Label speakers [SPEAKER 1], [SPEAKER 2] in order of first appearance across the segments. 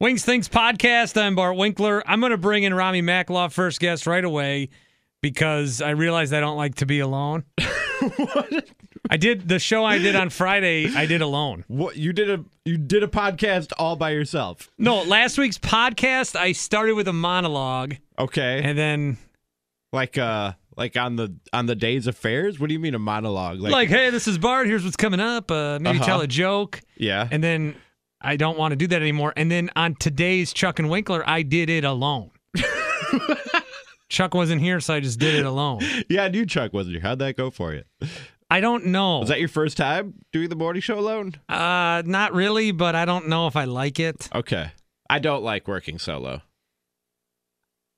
[SPEAKER 1] Wings Things podcast. I'm Bart Winkler. I'm going to bring in Rami Makloff, first guest, right away because I realize I don't like to be alone. I did the show I did on Friday. I did alone.
[SPEAKER 2] What you did a you did a podcast all by yourself.
[SPEAKER 1] No, last week's podcast I started with a monologue
[SPEAKER 2] Okay.
[SPEAKER 1] and then
[SPEAKER 2] like uh like on the on the day's affairs? What do you mean a monologue? Like,
[SPEAKER 1] like, hey, this is Bart. Here's what's coming up. Uh, maybe
[SPEAKER 2] Uh-huh.
[SPEAKER 1] tell a joke.
[SPEAKER 2] Yeah.
[SPEAKER 1] And then I don't want to do that anymore. And then on today's Chuck and Winkler, I did it alone. Chuck wasn't here, so I just did it alone.
[SPEAKER 2] yeah, I knew Chuck wasn't here. How'd that go for you?
[SPEAKER 1] I don't know.
[SPEAKER 2] Was that your first time doing the morning show alone?
[SPEAKER 1] uh, not really, but I don't know if I like it.
[SPEAKER 2] Okay. I don't like working solo.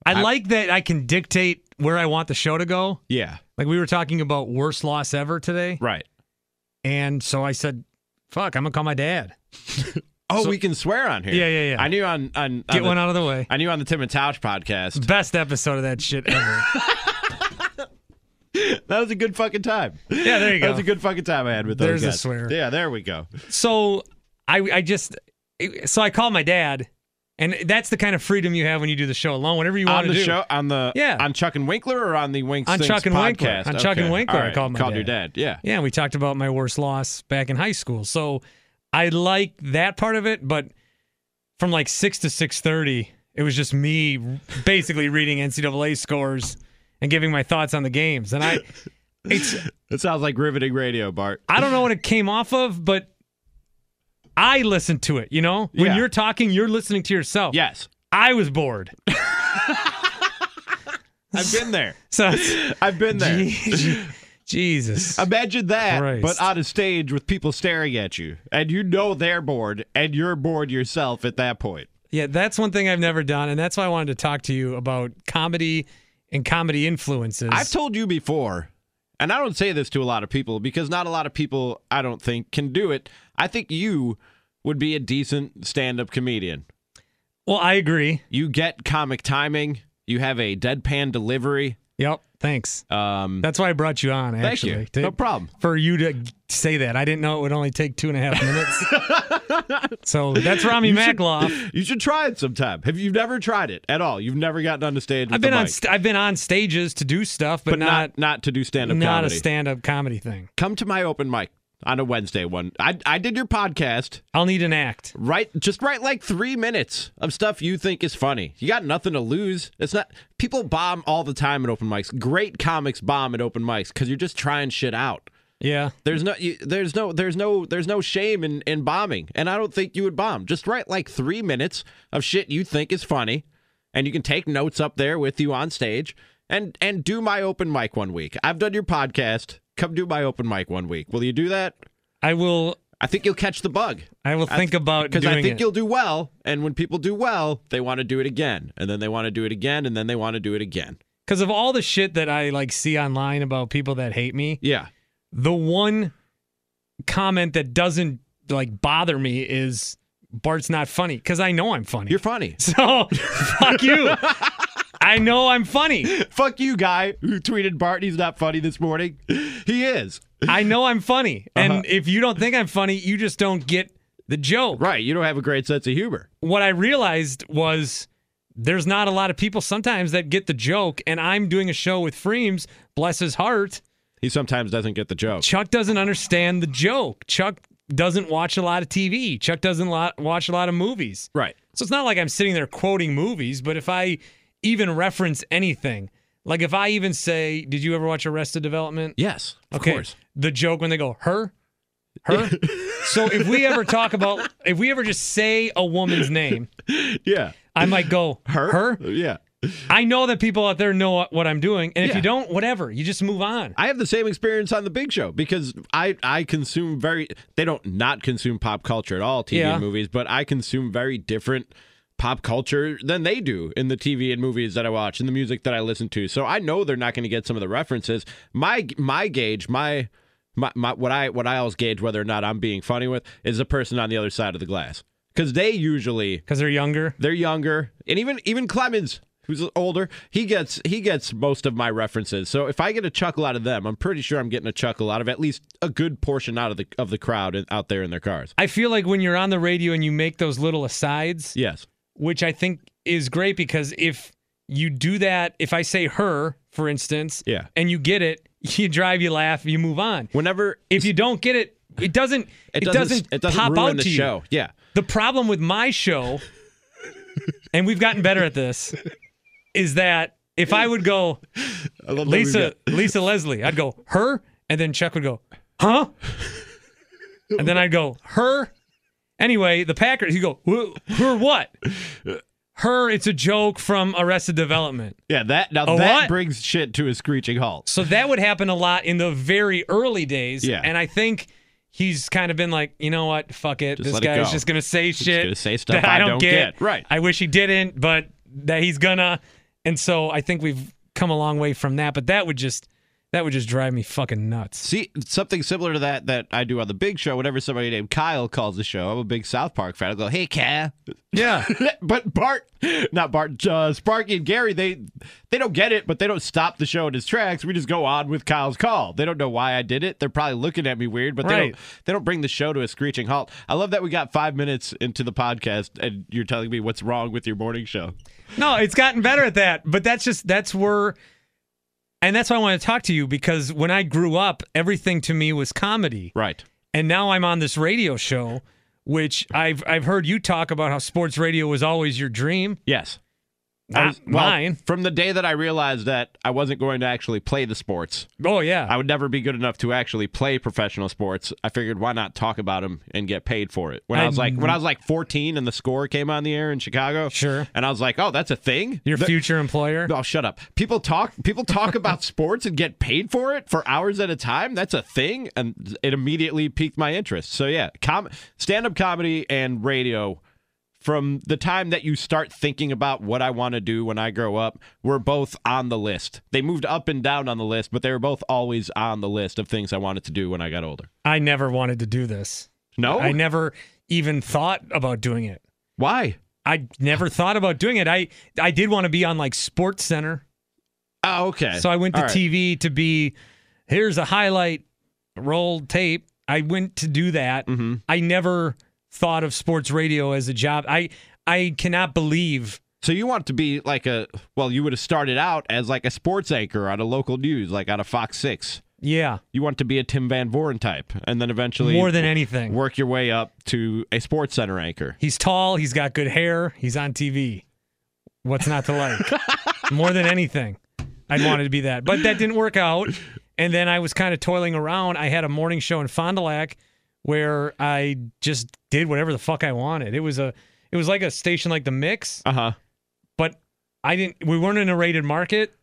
[SPEAKER 1] I,
[SPEAKER 2] I-
[SPEAKER 1] like that I can dictate where I want the show to go.
[SPEAKER 2] Yeah.
[SPEAKER 1] Like we were talking about worst loss ever today,
[SPEAKER 2] Right.
[SPEAKER 1] and so I said, "Fuck, I'm gonna call my dad.
[SPEAKER 2] Oh, we can swear on here.
[SPEAKER 1] Yeah, yeah, yeah.
[SPEAKER 2] I knew on on, on
[SPEAKER 1] Get
[SPEAKER 2] the,
[SPEAKER 1] one out of the way."
[SPEAKER 2] I knew on the Tim and Tosh podcast.
[SPEAKER 1] Best episode of that shit ever.
[SPEAKER 2] That was a good fucking time.
[SPEAKER 1] Yeah, there you
[SPEAKER 2] That
[SPEAKER 1] go.
[SPEAKER 2] was a good fucking time I had with those
[SPEAKER 1] There's a
[SPEAKER 2] guys.
[SPEAKER 1] swear.
[SPEAKER 2] Yeah, there we go.
[SPEAKER 1] so I I just so I called my dad, and that's the kind of freedom you have when you do the show alone. Whatever you
[SPEAKER 2] on
[SPEAKER 1] want
[SPEAKER 2] the
[SPEAKER 1] to do.
[SPEAKER 2] show on the
[SPEAKER 1] Yeah.
[SPEAKER 2] on Chuck and Winkler or on the Winks
[SPEAKER 1] On
[SPEAKER 2] Things
[SPEAKER 1] Chuck and
[SPEAKER 2] podcast?
[SPEAKER 1] Winkler. On Chuck and Winkler,
[SPEAKER 2] All
[SPEAKER 1] I called my
[SPEAKER 2] called
[SPEAKER 1] dad.
[SPEAKER 2] your dad. Yeah,
[SPEAKER 1] Yeah, we talked about my worst loss back in high school. So I like that part of it, but from like six to six thirty, it was just me basically reading NCAA scores and giving my thoughts on the games. And I, it's
[SPEAKER 2] it sounds like riveting radio, Bart.
[SPEAKER 1] I don't know what it came off of, but I listened to it. You know, when
[SPEAKER 2] Yeah.
[SPEAKER 1] you're talking, you're listening to yourself.
[SPEAKER 2] Yes,
[SPEAKER 1] I was bored,
[SPEAKER 2] I've been there.
[SPEAKER 1] so
[SPEAKER 2] I've been there.
[SPEAKER 1] Jesus.
[SPEAKER 2] Imagine that,
[SPEAKER 1] Christ.
[SPEAKER 2] but on a stage with people staring at you, and you know they're bored, and you're bored yourself at that point.
[SPEAKER 1] Yeah, that's one thing I've never done, and that's why I wanted to talk to you about comedy and comedy influences.
[SPEAKER 2] I've told you before, and I don't say this to a lot of people because not a lot of people, I don't think, can do it. I think you would be a decent stand-up comedian.
[SPEAKER 1] well, I agree.
[SPEAKER 2] You get comic timing. You have a deadpan delivery.
[SPEAKER 1] Yep. Thanks.
[SPEAKER 2] Um,
[SPEAKER 1] That's why I brought you on.
[SPEAKER 2] thank
[SPEAKER 1] Actually,
[SPEAKER 2] you.
[SPEAKER 1] to-
[SPEAKER 2] no problem.
[SPEAKER 1] for you to g- say that. I didn't know it would only take two and a half minutes. so that's Rami
[SPEAKER 2] You should-
[SPEAKER 1] Makloff.
[SPEAKER 2] You should try it sometime. Have you never tried it at all? You've never gotten on the stage. With
[SPEAKER 1] I've been
[SPEAKER 2] the
[SPEAKER 1] on
[SPEAKER 2] mic,
[SPEAKER 1] st- I've been on stages to do stuff, but,
[SPEAKER 2] but not not to do stand
[SPEAKER 1] not
[SPEAKER 2] up
[SPEAKER 1] not
[SPEAKER 2] comedy.
[SPEAKER 1] a stand up comedy thing.
[SPEAKER 2] Come to my open mic on a Wednesday one. I I did your podcast.
[SPEAKER 1] I'll need an act.
[SPEAKER 2] Right, just write like three minutes of stuff you think is funny. You got nothing to lose. It's not people bomb all the time at open mics. Great comics bomb at open mics because you're just trying shit out.
[SPEAKER 1] Yeah.
[SPEAKER 2] There's no, you, there's no, there's no, there's no shame in in bombing, and I don't think you would bomb. Just write like three minutes of shit you think is funny, and you can take notes up there with you on stage, and and do my open mic one week. I've done your podcast. Come do my open mic one week. Will you do that?
[SPEAKER 1] I will
[SPEAKER 2] I think you'll catch the bug
[SPEAKER 1] I will think about
[SPEAKER 2] because
[SPEAKER 1] doing
[SPEAKER 2] I think
[SPEAKER 1] it.
[SPEAKER 2] you'll do well. And when people do well, they want to do it again, and then they want to do it again, and then they want to do it again.
[SPEAKER 1] Because of all the shit that I like see online about people that hate me,
[SPEAKER 2] Yeah,
[SPEAKER 1] the one comment that doesn't like bother me is Bart's not funny. Because I know I'm funny.
[SPEAKER 2] you're funny.
[SPEAKER 1] so fuck you. I know I'm funny.
[SPEAKER 2] Fuck you, guy who tweeted Bart. He's not funny this morning. He is.
[SPEAKER 1] I know I'm funny. And if you don't think I'm funny, you just don't get the joke.
[SPEAKER 2] Right. You don't have a great sense of humor.
[SPEAKER 1] What I realized was there's not a lot of people sometimes that get the joke. And I'm doing a show with Freems, bless his heart.
[SPEAKER 2] He sometimes doesn't get the joke.
[SPEAKER 1] Chuck doesn't understand the joke. Chuck doesn't watch a lot of TV. Chuck doesn't lo- watch a lot of movies.
[SPEAKER 2] Right.
[SPEAKER 1] So it's not like I'm sitting there quoting movies, but if I even reference anything, like if I even say, Did you ever watch Arrested Development?
[SPEAKER 2] Yes. Of course.
[SPEAKER 1] The joke when they go, her? Her? so if we ever talk about, if we ever just say a woman's name,
[SPEAKER 2] Yeah.
[SPEAKER 1] I might go, her? Her?
[SPEAKER 2] Yeah.
[SPEAKER 1] I know that people out there know what I'm doing. And if
[SPEAKER 2] Yeah.
[SPEAKER 1] you don't, whatever. You just move on.
[SPEAKER 2] I have the same experience on the Big Show because I I consume very they don't not consume pop culture at all TV
[SPEAKER 1] Yeah.
[SPEAKER 2] and movies, but I consume very different pop culture than they do in the TV and movies that I watch and the music that I listen to. So I know they're not going to get some of the references. My my gauge my. My, my, what I what I always gauge whether or not I'm being funny with is the person on the other side of the glass because they usually
[SPEAKER 1] Because they're younger.
[SPEAKER 2] they're younger, and even even Clemens, who's older, he gets he gets most of my references. So if I get a chuckle out of them, I'm pretty sure I'm getting a chuckle out of at least a good portion out of the of the crowd in- out there in their cars.
[SPEAKER 1] I feel like when you're on the radio and you make those little asides,
[SPEAKER 2] Yes.
[SPEAKER 1] which I think is great because if you do that, if I say her, for instance,
[SPEAKER 2] Yeah.
[SPEAKER 1] and you get it, you drive, you laugh, you move on.
[SPEAKER 2] Whenever
[SPEAKER 1] If you don't get it, it doesn't. It, doesn't,
[SPEAKER 2] it doesn't
[SPEAKER 1] pop
[SPEAKER 2] ruin
[SPEAKER 1] out
[SPEAKER 2] the
[SPEAKER 1] to you.
[SPEAKER 2] show. Yeah.
[SPEAKER 1] The problem with my show, and we've gotten better at this, is that if I would go
[SPEAKER 2] I love
[SPEAKER 1] Lisa, Lisa Leslie, I'd go her, and then Chuck would go, huh? And then I'd go her. Anyway, the Packers, you go, "Wh- her what? Her, it's a joke from Arrested Development.
[SPEAKER 2] Yeah, that now
[SPEAKER 1] A
[SPEAKER 2] that
[SPEAKER 1] what?
[SPEAKER 2] brings shit to a screeching halt.
[SPEAKER 1] So that would happen a lot in the very early days.
[SPEAKER 2] Yeah.
[SPEAKER 1] And I think he's kind of been like, you know what? Fuck it. this
[SPEAKER 2] let it
[SPEAKER 1] guy's
[SPEAKER 2] go.
[SPEAKER 1] just going to say shit.
[SPEAKER 2] gonna say stuff
[SPEAKER 1] that
[SPEAKER 2] I
[SPEAKER 1] I don't,
[SPEAKER 2] don't
[SPEAKER 1] get.
[SPEAKER 2] get. Right.
[SPEAKER 1] I wish he didn't, but that he's going to. And so I think we've come a long way from that. But that would just. That would just drive me fucking nuts.
[SPEAKER 2] See something similar to that that I do on the Big Show. Whenever somebody named Kyle calls the show, I'm a big South Park fan. I go, "Hey, Kyle."
[SPEAKER 1] Yeah.
[SPEAKER 2] but Bart, not Bart, uh, Sparky and Gary, they they don't get it, but they don't stop the show in its tracks. We just go on with Kyle's call. They don't know why I did it. They're probably looking at me weird, but they
[SPEAKER 1] Right.
[SPEAKER 2] don't they don't bring the show to a screeching halt. I love that we got five minutes into the podcast and you're telling me what's wrong with your morning show.
[SPEAKER 1] No, it's gotten better at that. But that's just that's where and that's why I want to talk to you because when I grew up, everything to me was comedy.
[SPEAKER 2] Right.
[SPEAKER 1] and now I'm on this radio show, which I've I've heard you talk about how sports radio was always your dream,
[SPEAKER 2] Yes. I
[SPEAKER 1] not
[SPEAKER 2] was- well,
[SPEAKER 1] mine.
[SPEAKER 2] From the day that I realized that I wasn't going to actually play the sports,
[SPEAKER 1] Oh yeah,
[SPEAKER 2] I would never be good enough to actually play professional sports. I figured why not talk about them and get paid for it. When I, was like when I was like 14 and the score came on the air in Chicago.
[SPEAKER 1] Sure.
[SPEAKER 2] And I was like, "Oh, that's a thing?"
[SPEAKER 1] your
[SPEAKER 2] The-
[SPEAKER 1] future employer.
[SPEAKER 2] Oh, shut up. People talk people talk about sports and get paid for it for hours at a time. That's a thing and it immediately piqued my interest. So yeah, com- stand-up comedy and radio from the time that you start thinking about what I want to do when I grow up, were both on the list. They moved up and down on the list, but they were both always on the list of things I wanted to do when I got older.
[SPEAKER 1] I never wanted to do this.
[SPEAKER 2] No?
[SPEAKER 1] I never even thought about doing it.
[SPEAKER 2] Why?
[SPEAKER 1] I never thought about doing it. I I did want to be on like Sports Center,
[SPEAKER 2] Oh, okay.
[SPEAKER 1] so I went to
[SPEAKER 2] All right.
[SPEAKER 1] TV to be. Here's a highlight roll tape. I went to do that.
[SPEAKER 2] Mhm.
[SPEAKER 1] I never thought of sports radio as a job. I I cannot believe
[SPEAKER 2] So you want to be like a well, you would have started out as like a sports anchor on a local news, like on a Fox Six.
[SPEAKER 1] yeah,
[SPEAKER 2] You want to be a Tim Van Voren type, and then eventually
[SPEAKER 1] more than anything.
[SPEAKER 2] work your way up to a sports center anchor.
[SPEAKER 1] He's tall. He's got good hair. He's on TV. What's not to like? More than anything, I'd wanted to be that, but that didn't work out. And then I was kind of toiling around. I had a morning show in Fond du Lac where I just did whatever the fuck I wanted. It was a, it was like a station like the Mix,
[SPEAKER 2] Uh huh.
[SPEAKER 1] but I didn't. We weren't in a rated market.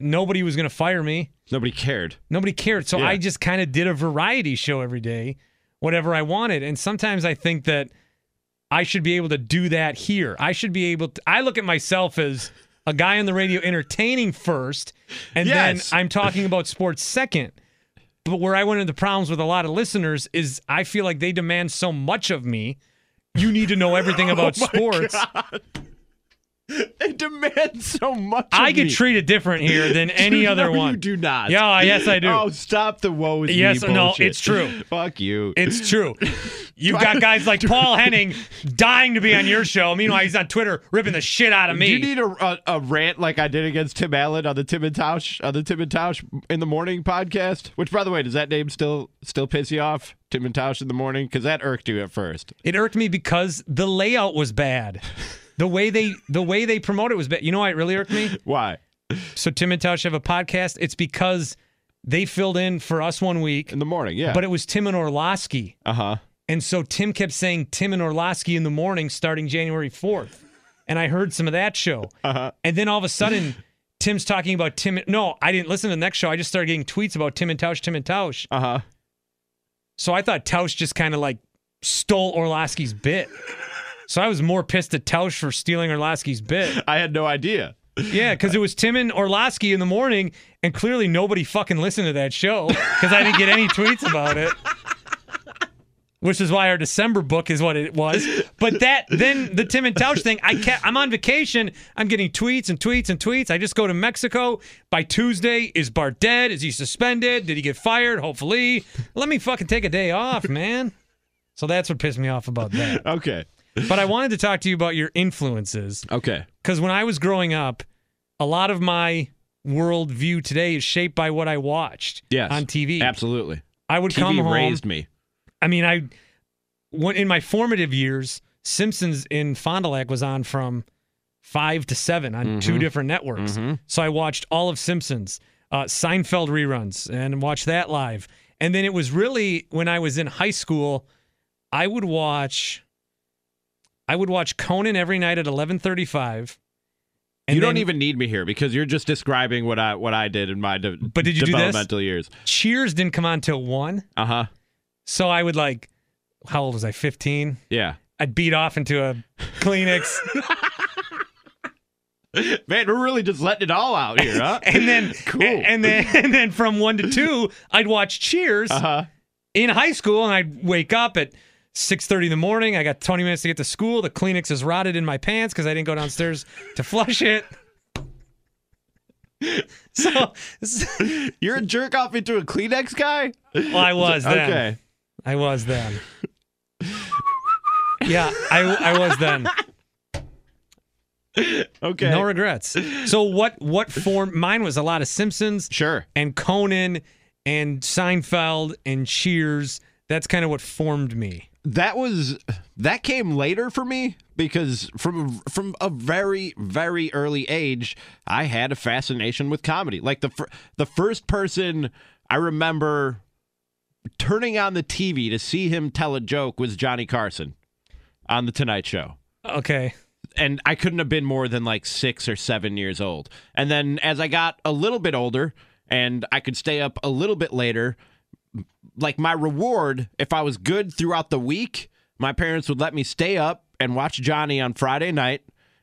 [SPEAKER 1] Nobody was gonna fire me.
[SPEAKER 2] Nobody cared.
[SPEAKER 1] Nobody cared. So
[SPEAKER 2] Yeah.
[SPEAKER 1] I just kind of did a variety show every day, whatever I wanted. And sometimes I think that I should be able to do that here. I should be able to. I look at myself as a guy on the radio entertaining first, and
[SPEAKER 2] Yes.
[SPEAKER 1] then I'm talking about sports second. But where I went into problems with a lot of listeners is I feel like they demand so much of me. You need to know everything about
[SPEAKER 2] Oh
[SPEAKER 1] sports.
[SPEAKER 2] They demand so much.
[SPEAKER 1] I
[SPEAKER 2] of
[SPEAKER 1] get
[SPEAKER 2] me.
[SPEAKER 1] treated different here than any
[SPEAKER 2] No,
[SPEAKER 1] other one.
[SPEAKER 2] You do not.
[SPEAKER 1] Yeah, I- yes, I do.
[SPEAKER 2] Oh, stop the woe is me
[SPEAKER 1] Yes, no,
[SPEAKER 2] bullshit.
[SPEAKER 1] it's true.
[SPEAKER 2] Fuck you.
[SPEAKER 1] It's true. You've got guys like Paul Henning dying to be on your show. Meanwhile, he's on Twitter ripping the shit out of
[SPEAKER 2] Do you
[SPEAKER 1] me.
[SPEAKER 2] need a, a, a rant like I did against Tim Allen on the Tim and Tausch on the Tim and Tausch in the morning podcast? Which, by the way, does that name still still piss you off? Tim and Tausch in the morning because that irked you at first.
[SPEAKER 1] It irked me because the layout was bad. The way they the way they promote it was bad. You know why it really irked me?
[SPEAKER 2] Why
[SPEAKER 1] So Tim and Tosh have a podcast. It's because they filled in for us one week,
[SPEAKER 2] in the morning? Yeah,
[SPEAKER 1] but it was Tim and Orlowski.
[SPEAKER 2] uh huh.
[SPEAKER 1] And so Tim kept saying Tim and Orlowski in the morning starting January 4th. And I heard some of that show. And then all of a sudden, Tim's talking about Tim. No, I didn't listen to the next show. I just started getting tweets about Tim and Tausch, Tim and Tausch.
[SPEAKER 2] Uh huh.
[SPEAKER 1] So I thought Tausch just kind of like stole Orlowski's bit. So I was more pissed at Tausch for stealing Orlowski's bit.
[SPEAKER 2] I had no idea.
[SPEAKER 1] Yeah, because it was Tim and Orlowski in the morning, and clearly nobody fucking listened to that show because I didn't get any tweets about it. which is why our December book is what it was. But that then the Tim and Touch thing, I kept, I'm on vacation. I'm getting tweets and tweets and tweets. I just go to Mexico by Tuesday. Is Bart dead? Is he suspended? Did he get fired? Hopefully, let me fucking take a day off, man. So that's what pissed me off about that.
[SPEAKER 2] Okay.
[SPEAKER 1] But I wanted to talk to you about your influences
[SPEAKER 2] Okay.
[SPEAKER 1] because when I was growing up, a lot of my worldview today is shaped by what I watched
[SPEAKER 2] Yes.
[SPEAKER 1] on TV.
[SPEAKER 2] Absolutely.
[SPEAKER 1] I would come
[SPEAKER 2] TV
[SPEAKER 1] home.
[SPEAKER 2] raised me.
[SPEAKER 1] I mean, I when in my formative years, Simpsons in Fond du Lac was on from five to seven on
[SPEAKER 2] Mm-hmm.
[SPEAKER 1] two different networks. So I watched all of Simpsons, uh, Seinfeld reruns, and watched that live. And then it was really when I was in high school, I would watch. I would watch Conan every night at eleven thirty-five.
[SPEAKER 2] you don't even need me here because you're just describing what I what I did in my de-
[SPEAKER 1] But did you do this?
[SPEAKER 2] developmental years.
[SPEAKER 1] Cheers didn't come on till one,
[SPEAKER 2] Uh huh.
[SPEAKER 1] so I would like. How old was I? Fifteen.
[SPEAKER 2] Yeah.
[SPEAKER 1] I'd beat off into a Kleenex.
[SPEAKER 2] Man, we're really just letting it all out here, huh?
[SPEAKER 1] and then
[SPEAKER 2] Cool.
[SPEAKER 1] and then and then from one to two i'd watch cheers
[SPEAKER 2] uh huh.
[SPEAKER 1] in high school and i'd wake up at 6.30 in the morning i got 20 minutes to get to school the kleenex is rotted in my pants because i didn't go downstairs to flush it so so-
[SPEAKER 2] You're a jerk off into a Kleenex guy?
[SPEAKER 1] well, i was then
[SPEAKER 2] Okay.
[SPEAKER 1] i was then yeah I, I was then
[SPEAKER 2] Okay.
[SPEAKER 1] no regrets so what what form mine was a lot of simpsons
[SPEAKER 2] sure.
[SPEAKER 1] and Conan and Seinfeld and Cheers. That's kind of what formed me.
[SPEAKER 2] that was that came later for me because from from a very very early age I had a fascination with comedy. Like the fir- the first person I remember turning on the TV to see him tell a joke was Johnny Carson on the Tonight Show
[SPEAKER 1] Okay.
[SPEAKER 2] and I couldn't have been more than like six or seven years old. And then as I got a little bit older and I could stay up a little bit later, like my reward, if I was good throughout the week, my parents would let me stay up and watch Johnny on Friday night.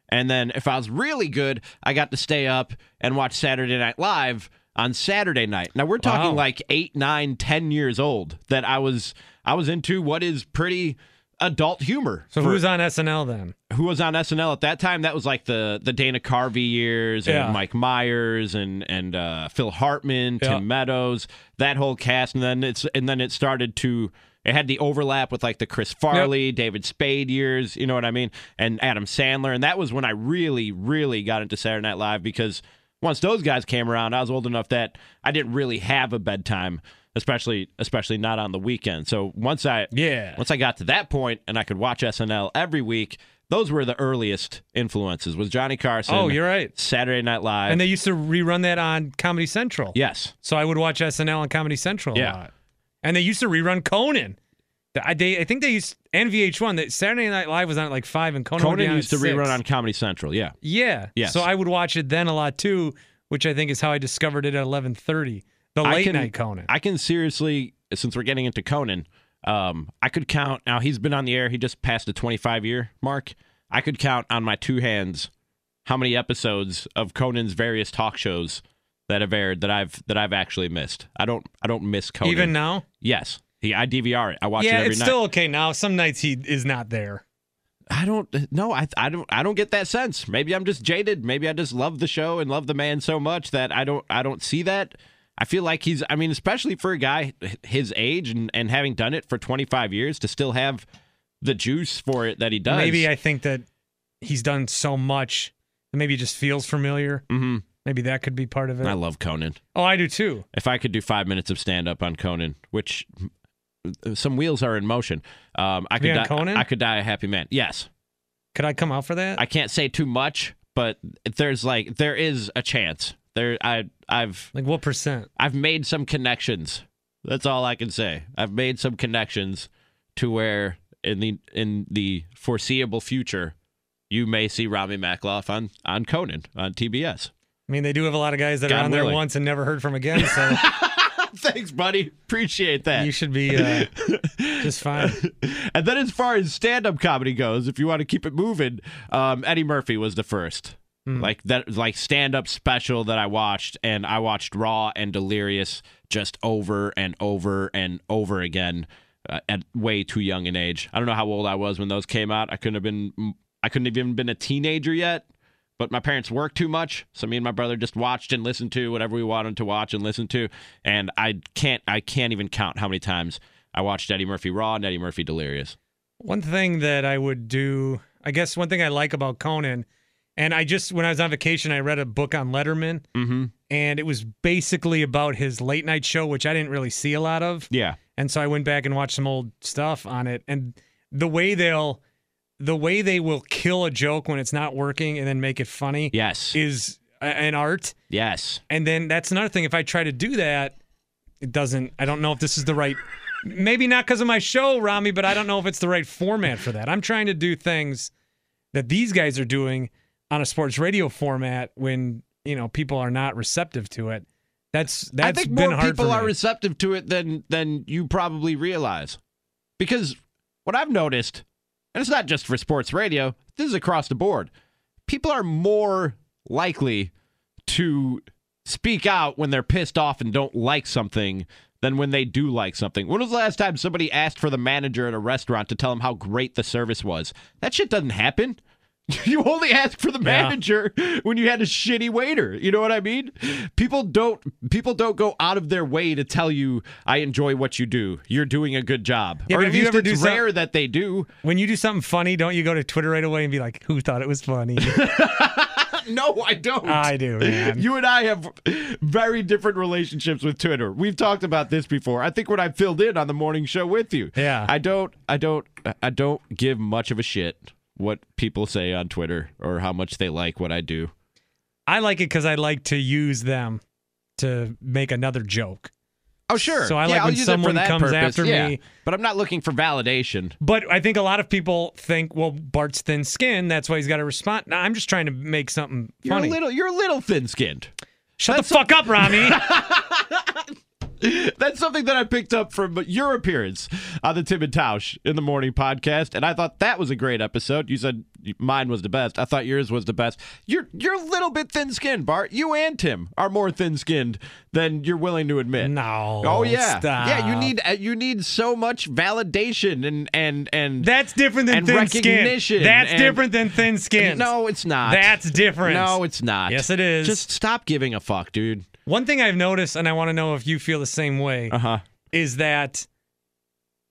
[SPEAKER 2] And then if I was really good, I got to stay up and watch Saturday Night Live on Saturday night. Now we're talking
[SPEAKER 1] Wow.
[SPEAKER 2] like like eight, nine, ten years old that I was I was into what is pretty adult humor.
[SPEAKER 1] So
[SPEAKER 2] for-
[SPEAKER 1] who's on SNL then?
[SPEAKER 2] who was on SNL at that time. That was like the the Dana Carvey years and
[SPEAKER 1] Yeah.
[SPEAKER 2] Mike Myers and and uh, Phil Hartman,
[SPEAKER 1] Yeah.
[SPEAKER 2] Tim Meadows, that whole cast. And then it's and then it started to it had the overlap with like the Chris Farley, David Spade years. You know what I mean? And Adam Sandler. And that was when I really really got into Saturday Night Live because once those guys came around, I was old enough that I didn't really have a bedtime. Especially, especially not on the weekend. So once I,
[SPEAKER 1] Yeah.
[SPEAKER 2] once I got to that point and I could watch SNL every week, those were the earliest influences. Was Johnny Carson?
[SPEAKER 1] Oh, you're right.
[SPEAKER 2] Saturday Night Live.
[SPEAKER 1] And they used to rerun that on Comedy Central.
[SPEAKER 2] yes,
[SPEAKER 1] So I would watch SNL on Comedy Central a
[SPEAKER 2] Yeah.
[SPEAKER 1] lot. And they used to rerun Conan. The- I, they, I think they used and VH1. That Saturday Night Live was on at like five, and Conan, would be
[SPEAKER 2] Conan
[SPEAKER 1] on
[SPEAKER 2] used to
[SPEAKER 1] at six.
[SPEAKER 2] rerun on Comedy Central. Yeah,
[SPEAKER 1] Yeah.
[SPEAKER 2] Yes.
[SPEAKER 1] So I would watch it then a lot too, which I think is how I discovered it at eleven thirty. The
[SPEAKER 2] I
[SPEAKER 1] late
[SPEAKER 2] can-
[SPEAKER 1] night Conan.
[SPEAKER 2] I can seriously, since we're getting into Conan, um, I could count. Now he's been on the air. He just passed the 25 year mark. I could count on my two hands how many episodes of Conan's various talk shows that have aired that I've that I've actually missed. I don't I don't miss Conan.
[SPEAKER 1] Even now.
[SPEAKER 2] yes, he I DVR it. I watch it
[SPEAKER 1] yeah,
[SPEAKER 2] every
[SPEAKER 1] it's
[SPEAKER 2] night.
[SPEAKER 1] still okay now. Some nights he is not there.
[SPEAKER 2] I don't no, I I don't I don't get that sense. Maybe I'm just jaded. Maybe I just love the show and love the man so much that I don't I don't see that. I feel like he's I mean, especially for a guy his age and, and having done it for 25 years to still have the juice for it that he does.
[SPEAKER 1] Maybe I think that he's done so much that maybe it just feels familiar.
[SPEAKER 2] Mhm.
[SPEAKER 1] Maybe that could be part of it.
[SPEAKER 2] I love Conan.
[SPEAKER 1] oh, I do too.
[SPEAKER 2] If I could do 5 minutes of stand up on Conan, which uh, some wheels are in motion. Um I could
[SPEAKER 1] Yeah,
[SPEAKER 2] die,
[SPEAKER 1] Conan?
[SPEAKER 2] I could die a happy man. Yes.
[SPEAKER 1] Could I come out for that?
[SPEAKER 2] I can't say too much, but there's like there is a chance. There I I've
[SPEAKER 1] like what percent?
[SPEAKER 2] I've made some connections. That's all I can say. I've made some connections to where in the in the foreseeable future you may see Rami Makloff on on Conan on TBS.
[SPEAKER 1] I mean, they do have a lot of guys that
[SPEAKER 2] God
[SPEAKER 1] are on there
[SPEAKER 2] willing.
[SPEAKER 1] once and never heard from again. So
[SPEAKER 2] Thanks, buddy. Appreciate that.
[SPEAKER 1] you should be uh, just fine.
[SPEAKER 2] and then as far as stand-up comedy goes, if you want to keep it moving, um, Eddie Murphy was the first. Like that like stand-up special that I watched and I watched Raw and Delirious just over and over and over again. uh, at way too young an age. I don't know how old I was when those came out. I couldn't have been I couldn't have even been a teenager yet. But my parents worked too much, so me and my brother just watched and listened to whatever we wanted to watch and listen to. And I can't I can't even count how many times I watched Eddie Murphy Raw and Eddie Murphy Delirious.
[SPEAKER 1] One thing that I would do, I guess one thing I like about Conan, and I just, when I was on vacation, I read a book on Letterman,
[SPEAKER 2] Mm-hmm.
[SPEAKER 1] and it was basically about his late night show, which I didn't really see a lot of.
[SPEAKER 2] Yeah.
[SPEAKER 1] And so I went back and watched some old stuff on it. And the way they'll, the way they will kill a joke when it's not working and then make it funny
[SPEAKER 2] Yes.
[SPEAKER 1] is a- an art.
[SPEAKER 2] Yes.
[SPEAKER 1] And then that's another thing. If I try to do that, it doesn't. I don't know if this is the right. Maybe not because of my show, Rami, but I don't know if it's the right format for that. I'm trying to do things that these guys are doing on a sports radio format when you know people are not receptive to it. That's
[SPEAKER 2] I
[SPEAKER 1] that's
[SPEAKER 2] think
[SPEAKER 1] been
[SPEAKER 2] more
[SPEAKER 1] hard
[SPEAKER 2] people
[SPEAKER 1] for me.
[SPEAKER 2] are receptive to it than than you probably realize. Because what I've noticed, and it's not just for sports radio, this is across the board. People are more likely to speak out when they're pissed off and don't like something than when they do like something. When was the last time somebody asked for the manager at a restaurant to tell them how great the service was? That shit doesn't happen. You only ask for the manager when you had a shitty waiter. You know what I mean? People don't people don't go out of their way to tell you I enjoy what you do. You're doing a good job.
[SPEAKER 1] Yeah,
[SPEAKER 2] or
[SPEAKER 1] but
[SPEAKER 2] at
[SPEAKER 1] if you
[SPEAKER 2] least
[SPEAKER 1] ever do
[SPEAKER 2] it's
[SPEAKER 1] some-
[SPEAKER 2] rare that they do.
[SPEAKER 1] when you do something funny, don't you go to Twitter right away and be like, "Who thought it was funny?"
[SPEAKER 2] No, I don't.
[SPEAKER 1] I do, man.
[SPEAKER 2] You and I have very different relationships with Twitter. We've talked about this before. I think when I filled in on the morning show with you.
[SPEAKER 1] Yeah.
[SPEAKER 2] I don't I don't I don't give much of a shit what people say on Twitter or how much they like what I do.
[SPEAKER 1] I like it because I like to use them to make another joke.
[SPEAKER 2] Oh sure.
[SPEAKER 1] So I
[SPEAKER 2] Yeah,
[SPEAKER 1] like
[SPEAKER 2] I'll
[SPEAKER 1] when
[SPEAKER 2] use it for
[SPEAKER 1] someone
[SPEAKER 2] that
[SPEAKER 1] comes
[SPEAKER 2] purpose.
[SPEAKER 1] after
[SPEAKER 2] Yeah.
[SPEAKER 1] me.
[SPEAKER 2] But I'm not looking for validation.
[SPEAKER 1] But I think a lot of people think, well, Bart's thin skinned. That's why he's got to respond. No, I'm just trying to make something
[SPEAKER 2] You're
[SPEAKER 1] funny.
[SPEAKER 2] a little you're a little thin skinned.
[SPEAKER 1] Shut the fuck up, Rami.
[SPEAKER 2] That's something that I picked up from your appearance on the Tim and Tausch in the morning podcast, and I thought that was a great episode. You said mine was the best. I thought yours was the best. You're you're a little bit thin skinned, Bart. You and Tim are more thin skinned than you're willing to admit.
[SPEAKER 1] no.
[SPEAKER 2] Oh yeah,
[SPEAKER 1] Stop.
[SPEAKER 2] yeah. You need uh, you need so much validation and and and
[SPEAKER 1] That's different than
[SPEAKER 2] and
[SPEAKER 1] thin skin.
[SPEAKER 2] recognition
[SPEAKER 1] That's
[SPEAKER 2] and-
[SPEAKER 1] different than thin skin.
[SPEAKER 2] No, it's not.
[SPEAKER 1] That's different.
[SPEAKER 2] no, it's not.
[SPEAKER 1] Yes, it is.
[SPEAKER 2] Just stop giving a fuck, dude.
[SPEAKER 1] One thing I've noticed, and I want to know if you feel the same way,
[SPEAKER 2] Uh huh.
[SPEAKER 1] is that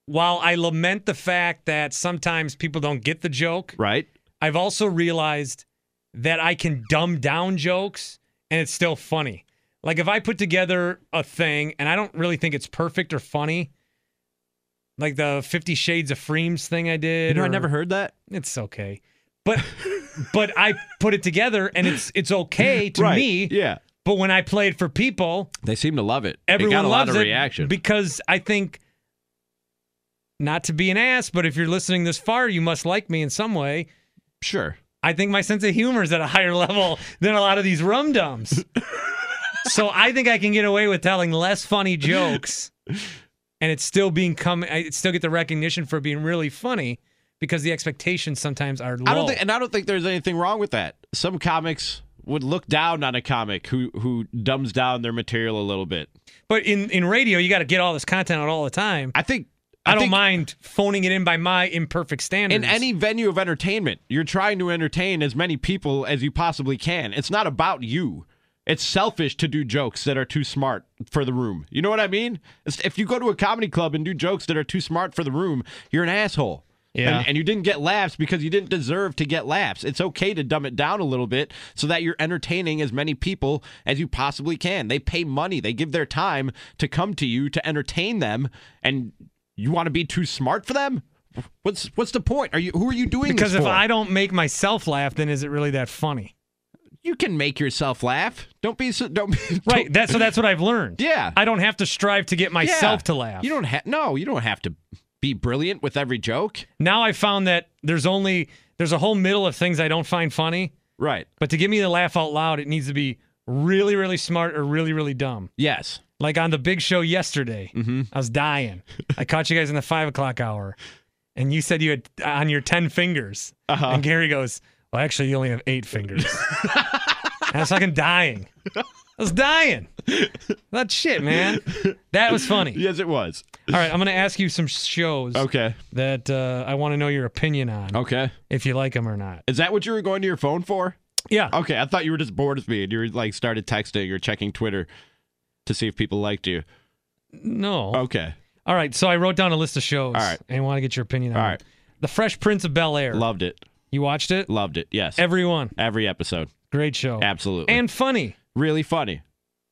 [SPEAKER 1] while I lament the fact that sometimes people don't get the joke,
[SPEAKER 2] Right.
[SPEAKER 1] I've also realized that I can dumb down jokes and it's still funny. Like if I put together a thing and I don't really think it's perfect or funny, like the Fifty Shades of Freems thing I did.
[SPEAKER 2] You know, I
[SPEAKER 1] or-
[SPEAKER 2] never heard that.
[SPEAKER 1] It's okay, but but I put it together and it's it's okay to
[SPEAKER 2] right.
[SPEAKER 1] me.
[SPEAKER 2] Yeah.
[SPEAKER 1] But when I play it for people,
[SPEAKER 2] They seem to love it.
[SPEAKER 1] everyone
[SPEAKER 2] it got a
[SPEAKER 1] loves
[SPEAKER 2] lot of
[SPEAKER 1] it
[SPEAKER 2] reaction.
[SPEAKER 1] because I think not to be an ass, but if you're listening this far, you must like me in some way.
[SPEAKER 2] sure.
[SPEAKER 1] I think my sense of humor is at a higher level than a lot of these rum dums. so I think I can get away with telling less funny jokes, and it's still being come. I still get the recognition for being really funny because the expectations sometimes are low.
[SPEAKER 2] I don't think, and I don't think there's anything wrong with that. Some comics would look down on a comic who who dumbs down their material a little bit.
[SPEAKER 1] but in in radio, you got to get all this content out all the time.
[SPEAKER 2] I think
[SPEAKER 1] I, don't
[SPEAKER 2] think
[SPEAKER 1] mind phoning it in by my imperfect standards.
[SPEAKER 2] In any venue of entertainment, you're trying to entertain as many people as you possibly can. It's not about you. It's selfish to do jokes that are too smart for the room. You know what I mean? It's- If you go to a comedy club and do jokes that are too smart for the room, you're an asshole.
[SPEAKER 1] Yeah.
[SPEAKER 2] And, and you didn't get laughs because you didn't deserve to get laughs. It's okay to dumb it down a little bit so that you're entertaining as many people as you possibly can. They pay money, they give their time to come to you to entertain them, and you want to be too smart for them? What's what's the point? Are you who are you doing
[SPEAKER 1] because
[SPEAKER 2] this
[SPEAKER 1] if
[SPEAKER 2] for?
[SPEAKER 1] I don't make myself laugh, then is it really that funny?
[SPEAKER 2] you can make yourself laugh. Don't be so don't be
[SPEAKER 1] Right. That's so. That's what I've learned.
[SPEAKER 2] Yeah.
[SPEAKER 1] I don't have to strive to get
[SPEAKER 2] Yeah.
[SPEAKER 1] myself to laugh.
[SPEAKER 2] You don't have no, you don't have to be brilliant with every joke.
[SPEAKER 1] now I found that there's only there's a whole middle of things I don't find funny,
[SPEAKER 2] Right.
[SPEAKER 1] but to get me to laugh out loud, it needs to be really, really smart or really, really dumb.
[SPEAKER 2] Yes.
[SPEAKER 1] Like on the big show yesterday,
[SPEAKER 2] Mm-hmm.
[SPEAKER 1] I was dying. I caught you guys in the five o'clock hour, and you said you had
[SPEAKER 2] Uh-huh.
[SPEAKER 1] on your ten fingers, and Gary goes, "Well, actually, you only have eight fingers." I was fucking dying. I was dying. That shit, man. That was funny.
[SPEAKER 2] Yes, it was.
[SPEAKER 1] All right, I'm going to ask you some shows
[SPEAKER 2] Okay.
[SPEAKER 1] that uh, I want to know your opinion on,
[SPEAKER 2] Okay.
[SPEAKER 1] if you like them or not.
[SPEAKER 2] Is that what you were going to your phone for?
[SPEAKER 1] Yeah.
[SPEAKER 2] Okay, I thought you were just bored with me and you were like started texting or checking Twitter to see if people liked you.
[SPEAKER 1] No.
[SPEAKER 2] Okay.
[SPEAKER 1] All right, so I wrote down a list of shows.
[SPEAKER 2] All right.
[SPEAKER 1] And want to get your opinion on
[SPEAKER 2] All
[SPEAKER 1] them.
[SPEAKER 2] right.
[SPEAKER 1] The Fresh Prince of Bel Air.
[SPEAKER 2] Loved it.
[SPEAKER 1] you watched it?
[SPEAKER 2] Loved it. Yes. Every,
[SPEAKER 1] Everyone.
[SPEAKER 2] episode.
[SPEAKER 1] Great show.
[SPEAKER 2] Absolutely.
[SPEAKER 1] Oh. And funny.
[SPEAKER 2] really funny.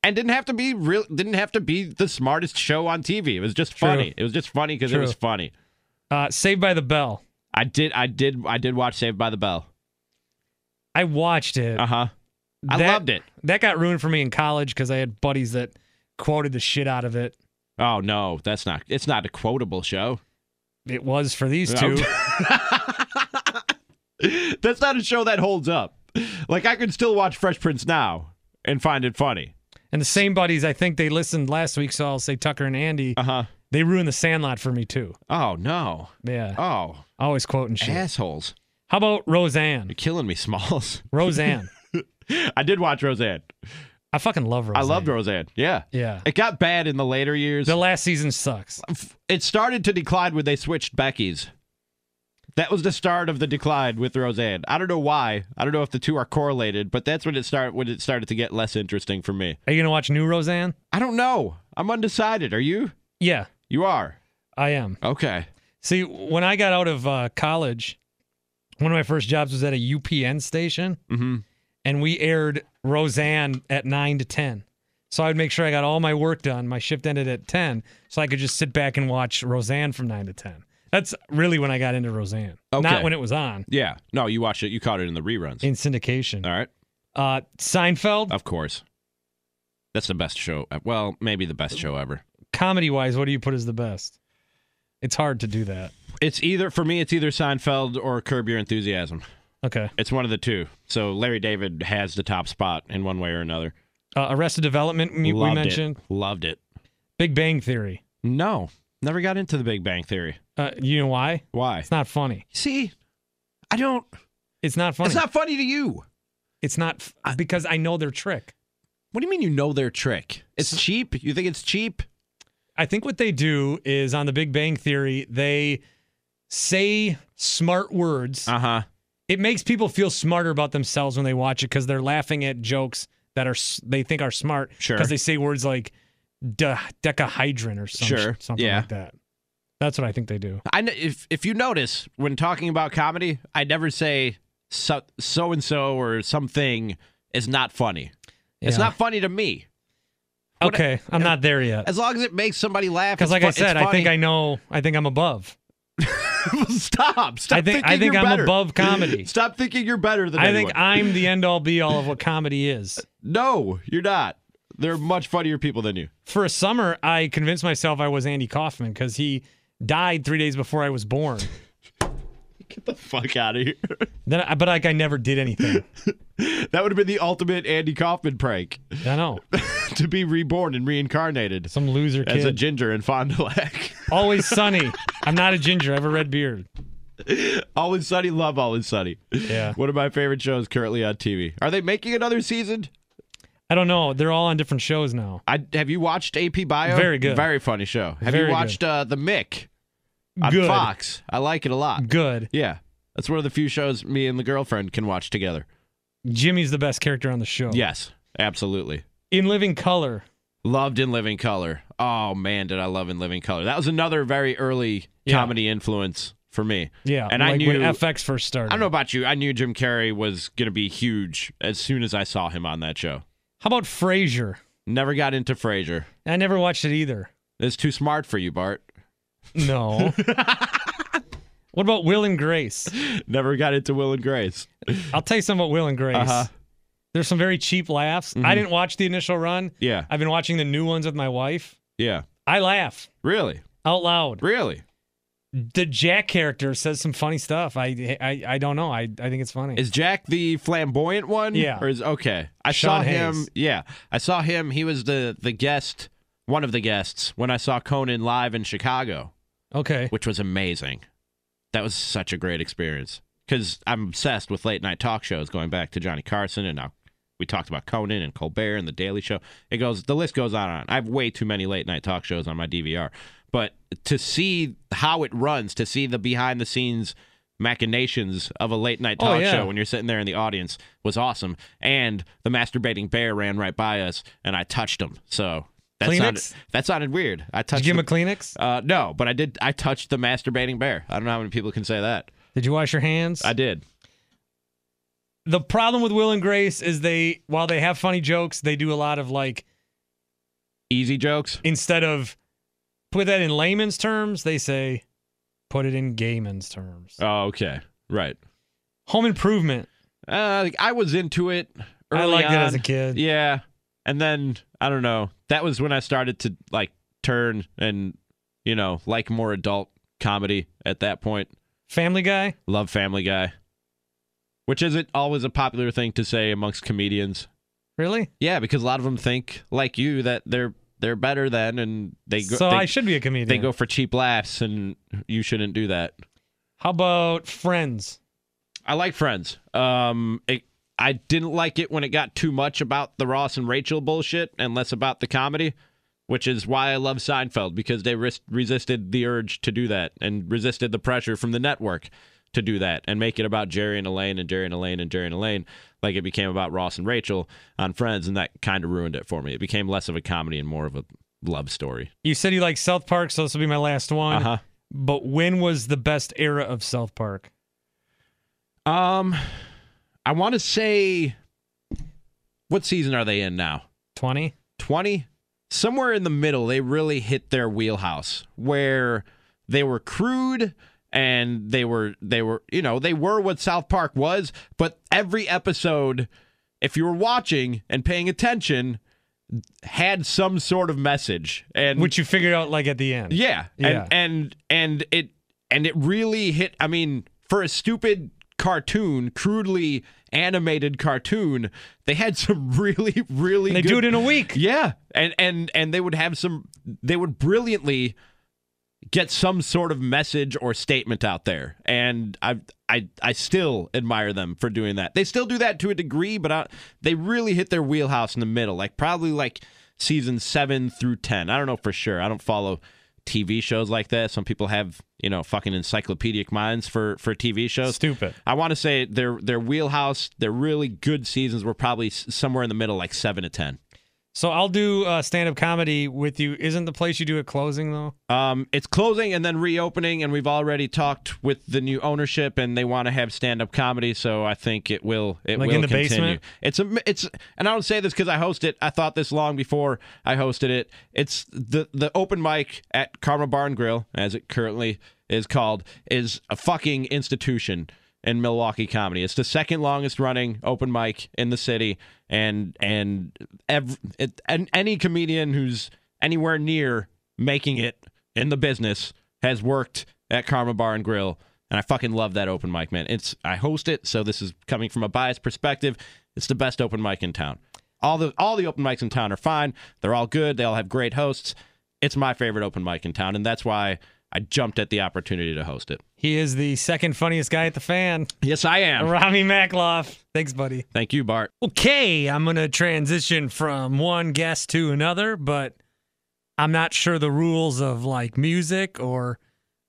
[SPEAKER 2] And didn't have to be real didn't have to be the smartest show on TV. It was just
[SPEAKER 1] True.
[SPEAKER 2] funny. It was just funny because it
[SPEAKER 1] True.
[SPEAKER 2] was funny.
[SPEAKER 1] Uh, Saved by the Bell.
[SPEAKER 2] I did I did I did watch Saved by the Bell.
[SPEAKER 1] I watched it.
[SPEAKER 2] Uh-huh. I
[SPEAKER 1] That-
[SPEAKER 2] loved it.
[SPEAKER 1] That got ruined for me in college because I had buddies that quoted the shit out of it.
[SPEAKER 2] Oh no, that's not it's not a quotable show.
[SPEAKER 1] It was for these two.
[SPEAKER 2] No. That's not a show that holds up. Like I could still watch Fresh Prince now and find it funny.
[SPEAKER 1] And the same buddies, I think they listened last week, so I'll say Tucker and Andy.
[SPEAKER 2] Uh-huh.
[SPEAKER 1] They ruined the Sandlot for me too.
[SPEAKER 2] Oh no.
[SPEAKER 1] Yeah,
[SPEAKER 2] Oh,
[SPEAKER 1] always quoting shit.
[SPEAKER 2] assholes.
[SPEAKER 1] How about Roseanne?
[SPEAKER 2] You're killing me, Smalls.
[SPEAKER 1] Roseanne,
[SPEAKER 2] I did watch Roseanne.
[SPEAKER 1] I fucking love Roseanne.
[SPEAKER 2] I loved Roseanne. Yeah.
[SPEAKER 1] Yeah,
[SPEAKER 2] It got bad in the later years.
[SPEAKER 1] the last season sucks.
[SPEAKER 2] It started to decline when they switched Becky's. That was the start of the decline with Roseanne. I don't know why. I don't know if the two are correlated, but that's when it started when it started to get less interesting for me.
[SPEAKER 1] Are you gonna watch new Roseanne?
[SPEAKER 2] I don't know. I'm undecided. Are you?
[SPEAKER 1] Yeah,
[SPEAKER 2] You are.
[SPEAKER 1] I am.
[SPEAKER 2] Okay.
[SPEAKER 1] See, when I got out of uh, college, one of my first jobs was at a UPN station,
[SPEAKER 2] Mm-hmm.
[SPEAKER 1] and we aired Roseanne at nine to ten. So I would make sure I got all my work done. My shift ended at ten, so I could just sit back and watch Roseanne from nine to ten. That's really when I got into Roseanne. Not
[SPEAKER 2] Okay.
[SPEAKER 1] when it was on.
[SPEAKER 2] Yeah. No, you watched it. You caught it in the reruns.
[SPEAKER 1] in syndication.
[SPEAKER 2] All right. Oh.
[SPEAKER 1] Uh, Seinfeld,
[SPEAKER 2] Of course. That's the best show. Well, maybe the best show ever.
[SPEAKER 1] comedy wise, what do you put as the best? It's hard to do that.
[SPEAKER 2] It's either for me. It's either Seinfeld or Curb Your Enthusiasm.
[SPEAKER 1] Okay.
[SPEAKER 2] It's one of the two. So Larry David has the top spot in one way or another.
[SPEAKER 1] Uh, Arrested Development, we, we
[SPEAKER 2] Loved it.
[SPEAKER 1] mentioned.
[SPEAKER 2] Loved it.
[SPEAKER 1] Big Bang Theory.
[SPEAKER 2] No, never got into the Big Bang Theory.
[SPEAKER 1] Uh, you know why?
[SPEAKER 2] Why?
[SPEAKER 1] It's not funny.
[SPEAKER 2] See, I don't.
[SPEAKER 1] It's not funny.
[SPEAKER 2] It's not funny to you.
[SPEAKER 1] It's not f- because I know their trick.
[SPEAKER 2] What do you mean you know their trick? It's cheap. You think it's cheap?
[SPEAKER 1] I think what they do is on the Big Bang Theory, they say smart words.
[SPEAKER 2] Uh huh.
[SPEAKER 1] it makes people feel smarter about themselves when they watch it because they're laughing at jokes that are s- they think are smart
[SPEAKER 2] Sure.
[SPEAKER 1] because they say words like de- decahydron or some, sh-
[SPEAKER 2] Sure,
[SPEAKER 1] something
[SPEAKER 2] yeah.
[SPEAKER 1] like that. That's what I think they do.
[SPEAKER 2] I kn- if if you notice when talking about comedy, I never say so so and so or something is not funny. It's
[SPEAKER 1] Yeah.
[SPEAKER 2] not funny to me. what-
[SPEAKER 1] okay. I'm not there yet
[SPEAKER 2] As long as it makes somebody laugh.
[SPEAKER 1] because,
[SPEAKER 2] it's
[SPEAKER 1] like
[SPEAKER 2] fu-
[SPEAKER 1] I
[SPEAKER 2] it's
[SPEAKER 1] said, I think
[SPEAKER 2] funny.
[SPEAKER 1] I know. I think I'm above.
[SPEAKER 2] stop. Stop.
[SPEAKER 1] I think-
[SPEAKER 2] thinking
[SPEAKER 1] I think
[SPEAKER 2] you're
[SPEAKER 1] I'm
[SPEAKER 2] better.
[SPEAKER 1] above comedy.
[SPEAKER 2] Stop thinking you're better than
[SPEAKER 1] I
[SPEAKER 2] anyone.
[SPEAKER 1] think I'm the end all be all of what comedy is.
[SPEAKER 2] no, you're not. There are much funnier people than you.
[SPEAKER 1] For a summer, I convinced myself I was Andy Kaufman because he died three days before I was born.
[SPEAKER 2] Get the fuck out of here.
[SPEAKER 1] Then, I, but like I never did anything.
[SPEAKER 2] That would have been the ultimate Andy Kaufman prank
[SPEAKER 1] I know
[SPEAKER 2] to be reborn and reincarnated
[SPEAKER 1] some loser kid.
[SPEAKER 2] as a ginger in Fond du Lac.
[SPEAKER 1] Always sunny. I'm not a ginger. I have a red beard.
[SPEAKER 2] Always Sunny, love Always Sunny.
[SPEAKER 1] Yeah.
[SPEAKER 2] One of my favorite shows currently on TV. Are they making another season?
[SPEAKER 1] I don't know. They're all on different shows now.
[SPEAKER 2] I have you watched AP Bio?
[SPEAKER 1] Very good.
[SPEAKER 2] Very funny show. Have
[SPEAKER 1] Very
[SPEAKER 2] you
[SPEAKER 1] good.
[SPEAKER 2] watched uh, The Mick on
[SPEAKER 1] Good.
[SPEAKER 2] Fox? I like it a lot.
[SPEAKER 1] Good.
[SPEAKER 2] Yeah. That's one of the few shows me and the girlfriend can watch together.
[SPEAKER 1] Jimmy's the best character on the show.
[SPEAKER 2] Yes, absolutely.
[SPEAKER 1] In Living Color.
[SPEAKER 2] Loved In Living Color. Oh man, did I love In Living Color. That was another very early
[SPEAKER 1] Yeah.
[SPEAKER 2] comedy influence for me.
[SPEAKER 1] Yeah.
[SPEAKER 2] And
[SPEAKER 1] like
[SPEAKER 2] I
[SPEAKER 1] when
[SPEAKER 2] knew
[SPEAKER 1] FX first started.
[SPEAKER 2] I don't know about you. I knew Jim Carrey was going to be huge as soon as I saw him on that show.
[SPEAKER 1] How about Frasier?
[SPEAKER 2] Never got into Frasier.
[SPEAKER 1] I never watched it either.
[SPEAKER 2] It's too smart for you, Bart.
[SPEAKER 1] No. what about Will and Grace?
[SPEAKER 2] Never got into Will and Grace.
[SPEAKER 1] I'll tell you something about Will and Grace.
[SPEAKER 2] Uh-huh. Mm-hmm.
[SPEAKER 1] There's some very cheap laughs. I didn't watch the initial run.
[SPEAKER 2] Yeah.
[SPEAKER 1] I've been watching the new ones with my wife.
[SPEAKER 2] Yeah.
[SPEAKER 1] I laugh
[SPEAKER 2] Really?
[SPEAKER 1] out loud.
[SPEAKER 2] Really?
[SPEAKER 1] The Jack character says some funny stuff. I I, I don't know. I, I think it's funny.
[SPEAKER 2] Is Jack the flamboyant one?
[SPEAKER 1] Yeah.
[SPEAKER 2] Or is okay? I
[SPEAKER 1] Sean
[SPEAKER 2] saw him.
[SPEAKER 1] Hayes.
[SPEAKER 2] Yeah, I saw him. He was the the guest, one of the guests when I saw Conan live in Chicago,
[SPEAKER 1] okay.
[SPEAKER 2] which was amazing. That was such a great experience because I'm obsessed with late night talk shows, going back to Johnny Carson and now We talked about Conan and Colbert and The Daily Show. It goes, the list goes on and on. I have way too many late night talk shows on my DVR. But to see how it runs, to see the behind the scenes machinations of a late night
[SPEAKER 1] Oh,
[SPEAKER 2] talk
[SPEAKER 1] yeah.
[SPEAKER 2] show when you're sitting there in the audience was awesome. And the masturbating bear ran right by us and I touched him. So that sounded,
[SPEAKER 1] Kleenex?
[SPEAKER 2] that sounded weird. I
[SPEAKER 1] Did
[SPEAKER 2] touched
[SPEAKER 1] you give him
[SPEAKER 2] the-
[SPEAKER 1] a Kleenex?
[SPEAKER 2] uh, no, but I did. I touched the masturbating bear. I don't know how many people can say that.
[SPEAKER 1] Did you wash your hands?
[SPEAKER 2] I did.
[SPEAKER 1] the problem with Will and Grace is they, while they have funny jokes, they do a lot of like,
[SPEAKER 2] Easy jokes.
[SPEAKER 1] instead of put that in layman's terms, they say put it in gayman's terms.
[SPEAKER 2] Oh, okay. Right.
[SPEAKER 1] Home improvement.
[SPEAKER 2] Uh, I was into it. Early
[SPEAKER 1] I liked
[SPEAKER 2] on.
[SPEAKER 1] it as a kid.
[SPEAKER 2] Yeah, and then I don't know. That was when I started to like turn and you know like more adult comedy. At that point,
[SPEAKER 1] Family Guy.
[SPEAKER 2] love Family Guy, which isn't always a popular thing to say amongst comedians.
[SPEAKER 1] Really?
[SPEAKER 2] Yeah, because a lot of them think like you that they're they're better than and they go.
[SPEAKER 1] so
[SPEAKER 2] they,
[SPEAKER 1] I should be a comedian.
[SPEAKER 2] they go for cheap laughs and you shouldn't do that
[SPEAKER 1] How about Friends?
[SPEAKER 2] i like friends um it, i didn't like it when it got too much about the ross and rachel bullshit and less about the comedy which is why i love seinfeld because they res- resisted the urge to do that and resisted the pressure from the network to do that and make it about jerry and elaine and jerry and elaine and jerry and elaine like it became about ross and rachel on friends and that kind of ruined it for me it became less of a comedy and more of a love story
[SPEAKER 1] You said you like South Park, so this will be my last one.
[SPEAKER 2] uh-huh
[SPEAKER 1] But when was the best era of South Park?
[SPEAKER 2] Um, I want to say, what season are they in now?
[SPEAKER 1] 20?
[SPEAKER 2] Twenty, somewhere in the middle. They really hit their wheelhouse where they were crude and they were they were you know they were what South Park was, but every episode, if you were watching and paying attention, had some sort of message and
[SPEAKER 1] Which you figured out like at the end.
[SPEAKER 2] yeah.
[SPEAKER 1] Yeah.
[SPEAKER 2] And and and it and it really hit I mean, for a stupid cartoon, crudely animated cartoon, they had some really, really
[SPEAKER 1] And they
[SPEAKER 2] good,
[SPEAKER 1] do it in a week.
[SPEAKER 2] Yeah. And and and they would have some they would brilliantly get some sort of message or statement out there. And I I I still admire them for doing that. They still do that to a degree, but I, they really hit their wheelhouse in the middle, like probably like season 7 through 10. I don't know for sure. I don't follow TV shows like that. Some people have, you know, fucking encyclopedic minds for for TV shows.
[SPEAKER 1] Stupid.
[SPEAKER 2] I want to say their their wheelhouse, their really good seasons were probably s- somewhere in the middle like 7 to 10.
[SPEAKER 1] So I'll do uh, stand up comedy with you. Isn't the place you do it closing, though?
[SPEAKER 2] Um, it's closing and then reopening, and we've already talked with the new ownership, and they want to have stand-up comedy. So I think it will. It
[SPEAKER 1] Like
[SPEAKER 2] will
[SPEAKER 1] in the
[SPEAKER 2] continue.
[SPEAKER 1] basement?
[SPEAKER 2] It's a. It's and I don't say this because I host it. I thought this long before I hosted it. It's the the open mic at Karma Barn Grill, as it currently is called, is a fucking institution in Milwaukee comedy. It's the second longest running open mic in the city, and and ev- it, and any comedian who's anywhere near making it in the business has worked at Karma Bar and Grill, and I fucking love that open mic, man. It's I host it, so this is coming from a biased perspective. It's the best open mic in town. All the all the open mics in town are fine. They're all good. They all have great hosts. It's my favorite open mic in town, and that's why I jumped at the opportunity to host it.
[SPEAKER 1] He is the second funniest guy at the fan.
[SPEAKER 2] Yes, I am.
[SPEAKER 1] Rami Makloff. Thanks, buddy.
[SPEAKER 2] Thank you, Bart.
[SPEAKER 1] Okay, I'm going to transition from one guest to another, but I'm not sure the rules of like music or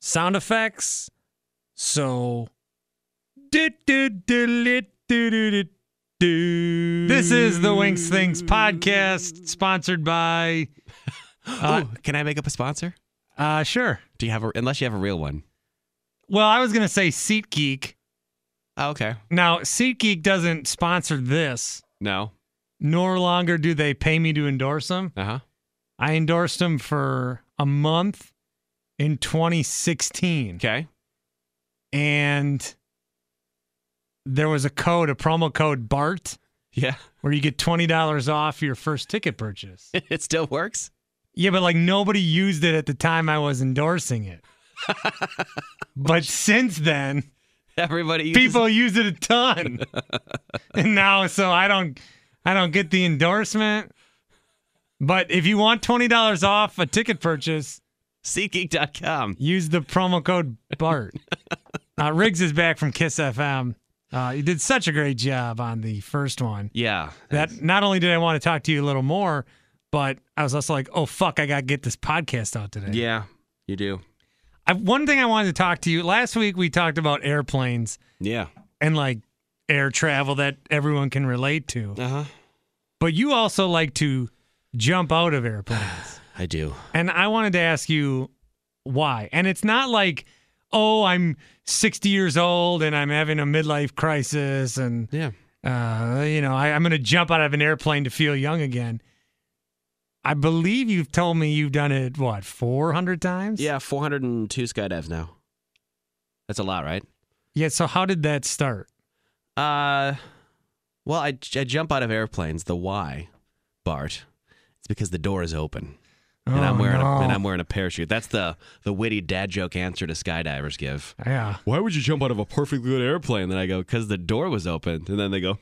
[SPEAKER 1] sound effects. So. This is the Winks Things podcast, sponsored by. Uh,
[SPEAKER 3] oh, can I make up a sponsor?
[SPEAKER 1] Uh, sure.
[SPEAKER 3] Do you have a unless you have a real one?
[SPEAKER 1] Well, I was going to say SeatGeek.
[SPEAKER 3] Oh, okay.
[SPEAKER 1] Now, SeatGeek doesn't sponsor this,
[SPEAKER 3] No.
[SPEAKER 1] nor longer do they pay me to endorse them.
[SPEAKER 3] Uh huh.
[SPEAKER 1] I endorsed him for a month in 2016.
[SPEAKER 3] Okay.
[SPEAKER 1] And there was a code, a promo code BART,
[SPEAKER 3] Yeah.
[SPEAKER 1] where you get $20 off your first ticket purchase.
[SPEAKER 3] it still works.
[SPEAKER 1] yeah, but like nobody used it at the time I was endorsing it. but since then,
[SPEAKER 3] Everybody. uses-
[SPEAKER 1] people use it a ton. and now so I don't I don't get the endorsement. But if you want $20 off a ticket purchase,
[SPEAKER 3] SeatGeek.com.
[SPEAKER 1] Use the promo code BART. uh, Riggs is back from Kiss FM. Uh, you did such a great job on the first one
[SPEAKER 2] Yeah.
[SPEAKER 1] that not only did I want to talk to you a little more, but I was also like, oh fuck, I gotta get this podcast out today.
[SPEAKER 2] Yeah. You do.
[SPEAKER 1] I, one thing I wanted to talk to you last week we talked about airplanes
[SPEAKER 2] Yeah.
[SPEAKER 1] and like air travel that everyone can relate to,
[SPEAKER 2] Uh huh.
[SPEAKER 1] but you also like to jump out of airplanes.
[SPEAKER 2] I do.
[SPEAKER 1] And I wanted to ask you why. And it's not like, oh, I'm 60 years old and I'm having a midlife crisis and,
[SPEAKER 2] Yeah.
[SPEAKER 1] uh, you know, I, I'm going to jump out of an airplane to feel young again. I believe you've told me you've done it, what, 400 times?
[SPEAKER 2] Yeah. 402 skydives now. That's a lot, right?
[SPEAKER 1] Yeah. So how did that start?
[SPEAKER 2] Uh, well, I, I jump out of airplanes. The why, Bart? It's because the door is open. And I'm
[SPEAKER 1] Oh,
[SPEAKER 2] wearing
[SPEAKER 1] no.
[SPEAKER 2] a, and I'm wearing a parachute. That's the the witty dad joke answer to skydivers give.
[SPEAKER 1] Yeah.
[SPEAKER 2] Why would you jump out of a perfectly good airplane? Then I go, because the door was open. And then they go,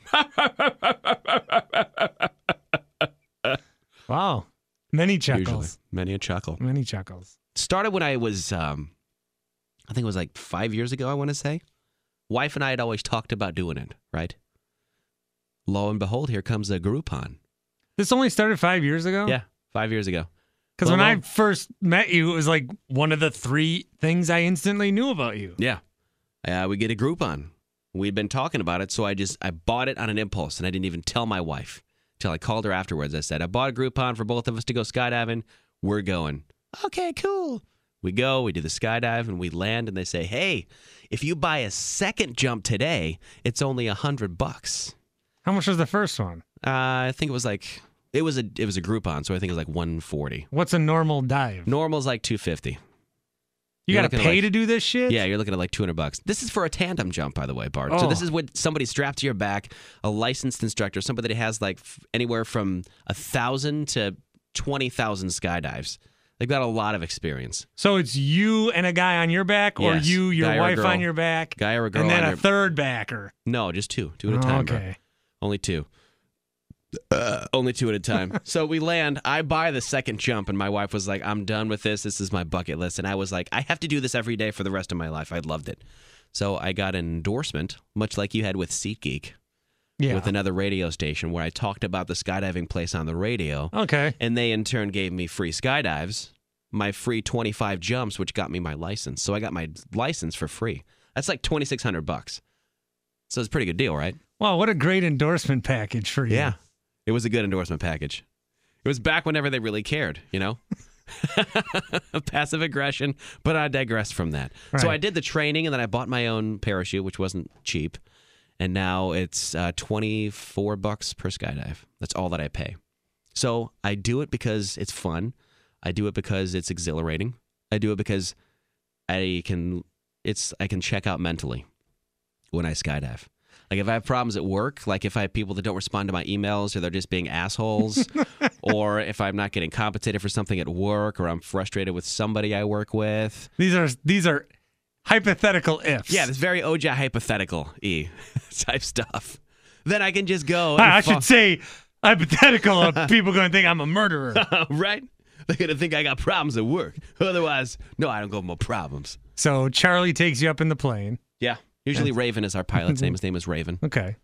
[SPEAKER 1] Wow. Many chuckles.
[SPEAKER 2] usually many a chuckle.
[SPEAKER 1] Many chuckles.
[SPEAKER 2] started when I was, um, I think it was like five years ago, I want to say. Wife and I had always talked about doing it, right? Lo and behold, here comes a Groupon.
[SPEAKER 1] This only started five years ago?
[SPEAKER 2] Yeah, five years ago.
[SPEAKER 1] Because when
[SPEAKER 2] Well,
[SPEAKER 1] I
[SPEAKER 2] no.
[SPEAKER 1] first met you, it was like one of the three things I instantly knew about you.
[SPEAKER 2] Yeah. Uh, we get a Groupon. We'd been talking about it, so I just I bought it on an impulse, and I didn't even tell my wife till I called her afterwards. I said I bought a Groupon for both of us to go skydiving. We're going. Okay, cool. We go. We do the skydive, and we land. And they say, Hey, if you buy a second jump today, it's only a hundred bucks.
[SPEAKER 1] How much was the first one?
[SPEAKER 2] Uh, I think it was like it was a it was a Groupon, so I think it was like one forty.
[SPEAKER 1] What's a normal dive?
[SPEAKER 2] Normal's like two fifty.
[SPEAKER 1] you
[SPEAKER 2] you're
[SPEAKER 1] got to
[SPEAKER 2] looking at
[SPEAKER 1] pay
[SPEAKER 2] like-
[SPEAKER 1] to do this shit?
[SPEAKER 2] Yeah, you're looking at like 200 bucks. This is for a tandem jump, by the way, Bart. So this
[SPEAKER 1] Oh.
[SPEAKER 2] is with somebody strapped to your back, a licensed instructor, somebody that has like f- anywhere from a thousand to twenty thousand skydives. They've got a lot of experience.
[SPEAKER 1] So it's you and a guy on your back, or
[SPEAKER 2] Yes,
[SPEAKER 1] you, your
[SPEAKER 2] guy or
[SPEAKER 1] wife
[SPEAKER 2] girl.
[SPEAKER 1] on your back,
[SPEAKER 2] Guy or a girl?
[SPEAKER 1] and then
[SPEAKER 2] on
[SPEAKER 1] a
[SPEAKER 2] your-
[SPEAKER 1] third backer.
[SPEAKER 2] no, just two, two at a
[SPEAKER 1] Oh,
[SPEAKER 2] time. bro.
[SPEAKER 1] okay.
[SPEAKER 2] Only two. Uh, Only two at a time. so we land. I buy the second jump, and my wife was like, I'm done with this. This is my bucket list. And I was like, I have to do this every day for the rest of my life. I loved it. So I got an endorsement, much like you had with SeatGeek,
[SPEAKER 1] Yeah.
[SPEAKER 2] with another radio station where I talked about the skydiving place on the radio.
[SPEAKER 1] okay.
[SPEAKER 2] And they in turn gave me free skydives, my free 25 jumps, which got me my license. So I got my license for free. That's like 2600 bucks. So it's a pretty good deal, right?
[SPEAKER 1] Wow, what a great endorsement package for you.
[SPEAKER 2] Yeah. It was a good endorsement package. It was back whenever they really cared, you know? Passive aggression, but I digress from that. So
[SPEAKER 1] Right.
[SPEAKER 2] I did the training and then I bought my own parachute, which wasn't cheap. And now it's uh, 24 bucks per skydive. That's all that I pay. So I do it because it's fun. I do it because it's exhilarating. I do it because I can it's I can check out mentally when I skydive. Like if I have problems at work, like if I have people that don't respond to my emails or they're just being assholes, or if I'm not getting compensated for something at work or I'm frustrated with somebody I work with.
[SPEAKER 1] These are these are hypothetical ifs.
[SPEAKER 2] Yeah, this very OJ hypothetical E type stuff. Then I can just go. and
[SPEAKER 1] I, I
[SPEAKER 2] fo-
[SPEAKER 1] should say hypothetical. or people going to think I'm a murderer.
[SPEAKER 2] right? They're gonna think I got problems at work. Otherwise, no, I don't go with my problems.
[SPEAKER 1] so Charlie takes you up in the plane.
[SPEAKER 2] Yeah. Usually Raven is our pilot's name. His name is Raven.
[SPEAKER 1] Okay.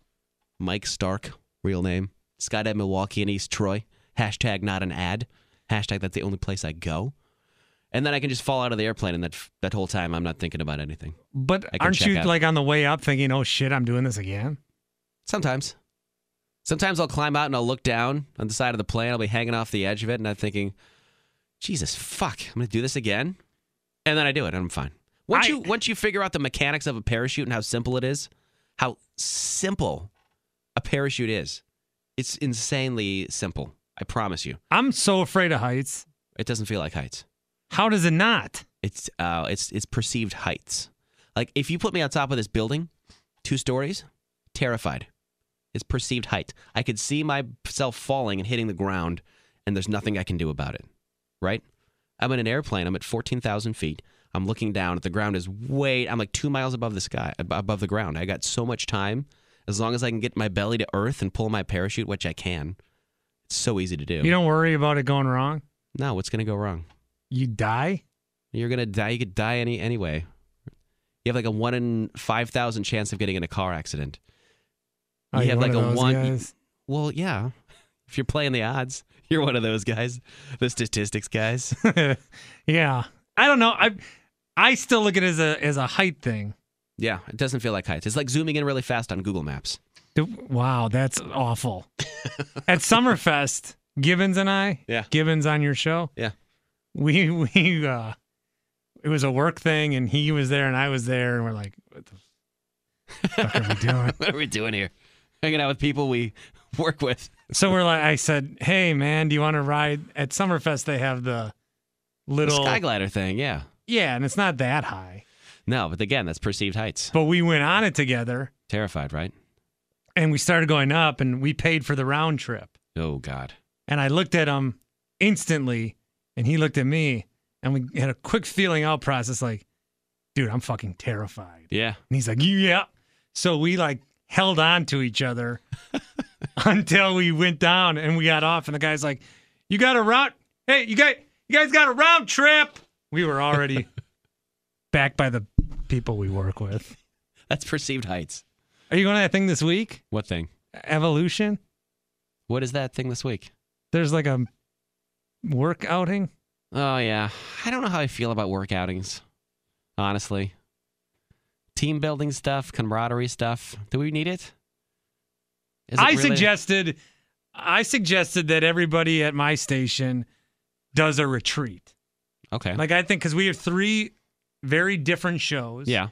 [SPEAKER 2] Mike Stark, real name. Skydive Milwaukee and East Troy. Hashtag not an ad. Hashtag that's the only place I go. And then I can just fall out of the airplane, and that that whole time I'm not thinking about anything.
[SPEAKER 1] But
[SPEAKER 2] I can
[SPEAKER 1] aren't
[SPEAKER 2] check
[SPEAKER 1] you
[SPEAKER 2] out.
[SPEAKER 1] like on the way up thinking, oh shit, I'm doing this again?
[SPEAKER 2] Sometimes, sometimes I'll climb out and I'll look down on the side of the plane. I'll be hanging off the edge of it, and I'm thinking, Jesus fuck, I'm gonna do this again. And then I do it, and I'm fine. Once
[SPEAKER 1] I-
[SPEAKER 2] you once you figure out the mechanics of a parachute and how simple it is, how simple a parachute is, it's insanely simple. I promise you.
[SPEAKER 1] I'm so afraid of heights.
[SPEAKER 2] It doesn't feel like heights.
[SPEAKER 1] How does it not?
[SPEAKER 2] It's uh, it's it's perceived heights. Like if you put me on top of this building, two stories, terrified. It's perceived height. I could see myself falling and hitting the ground, and there's nothing I can do about it. Right? I'm in an airplane. I'm at fourteen thousand feet. I'm looking down. at The ground is way. I'm like two miles above the sky, ab- above the ground. I got so much time. As long as I can get my belly to earth and pull my parachute, which I can, it's so easy to do.
[SPEAKER 1] You don't worry about it going wrong.
[SPEAKER 2] no, what's gonna go wrong?
[SPEAKER 1] You die.
[SPEAKER 2] You're gonna die. You could die any anyway. You have like a one in five thousand chance of getting in a car accident.
[SPEAKER 1] Oh,
[SPEAKER 2] You
[SPEAKER 1] you're
[SPEAKER 2] have like
[SPEAKER 1] of
[SPEAKER 2] a
[SPEAKER 1] those
[SPEAKER 2] one.
[SPEAKER 1] guys.
[SPEAKER 2] Well, yeah. If you're playing the odds, you're one of those guys, the statistics guys.
[SPEAKER 1] yeah, I don't know. I I still look at it as a as a height thing.
[SPEAKER 2] yeah, it doesn't feel like heights. It's like zooming in really fast on Google Maps.
[SPEAKER 1] The- Wow, that's awful. At Summerfest, Gibbons and I,
[SPEAKER 2] Yeah.
[SPEAKER 1] Gibbons on your show,
[SPEAKER 2] Yeah.
[SPEAKER 1] we we uh, it was a work thing, and he was there and I was there, and we're like, what the fuck are we doing?
[SPEAKER 2] What are we doing here? Hanging out with people we work with.
[SPEAKER 1] So we're like, I said, hey man, do you want to ride at Summerfest? They have the
[SPEAKER 2] The
[SPEAKER 1] little
[SPEAKER 2] sky glider thing, yeah.
[SPEAKER 1] yeah, and it's not that high,
[SPEAKER 2] No, but again, that's perceived heights.
[SPEAKER 1] but we went on it together,
[SPEAKER 2] Terrified, right?
[SPEAKER 1] and we started going up, and we paid for the round trip.
[SPEAKER 2] Oh God.
[SPEAKER 1] And I looked at him instantly, and he looked at me, and we had a quick feeling out process like, dude, I'm fucking terrified.
[SPEAKER 2] Yeah.
[SPEAKER 1] And he's like, yeah. So we like held on to each other until we went down and we got off. And the guy's like, you got a round, hey, you got, you guys got a round trip. We were already back by the people we work with.
[SPEAKER 2] That's perceived heights.
[SPEAKER 1] Are you going to that thing this week?
[SPEAKER 2] What thing?
[SPEAKER 1] Evolution?
[SPEAKER 2] What is that thing this week?
[SPEAKER 1] There's like a work outing.
[SPEAKER 2] Oh yeah. I don't know how I feel about work outings. Honestly. Team building stuff, camaraderie stuff. Do we need it? Is it
[SPEAKER 1] I
[SPEAKER 2] really-
[SPEAKER 1] suggested I suggested that everybody at my station does a retreat.
[SPEAKER 2] Okay.
[SPEAKER 1] Like I think cuz we have three very different shows.
[SPEAKER 2] yeah.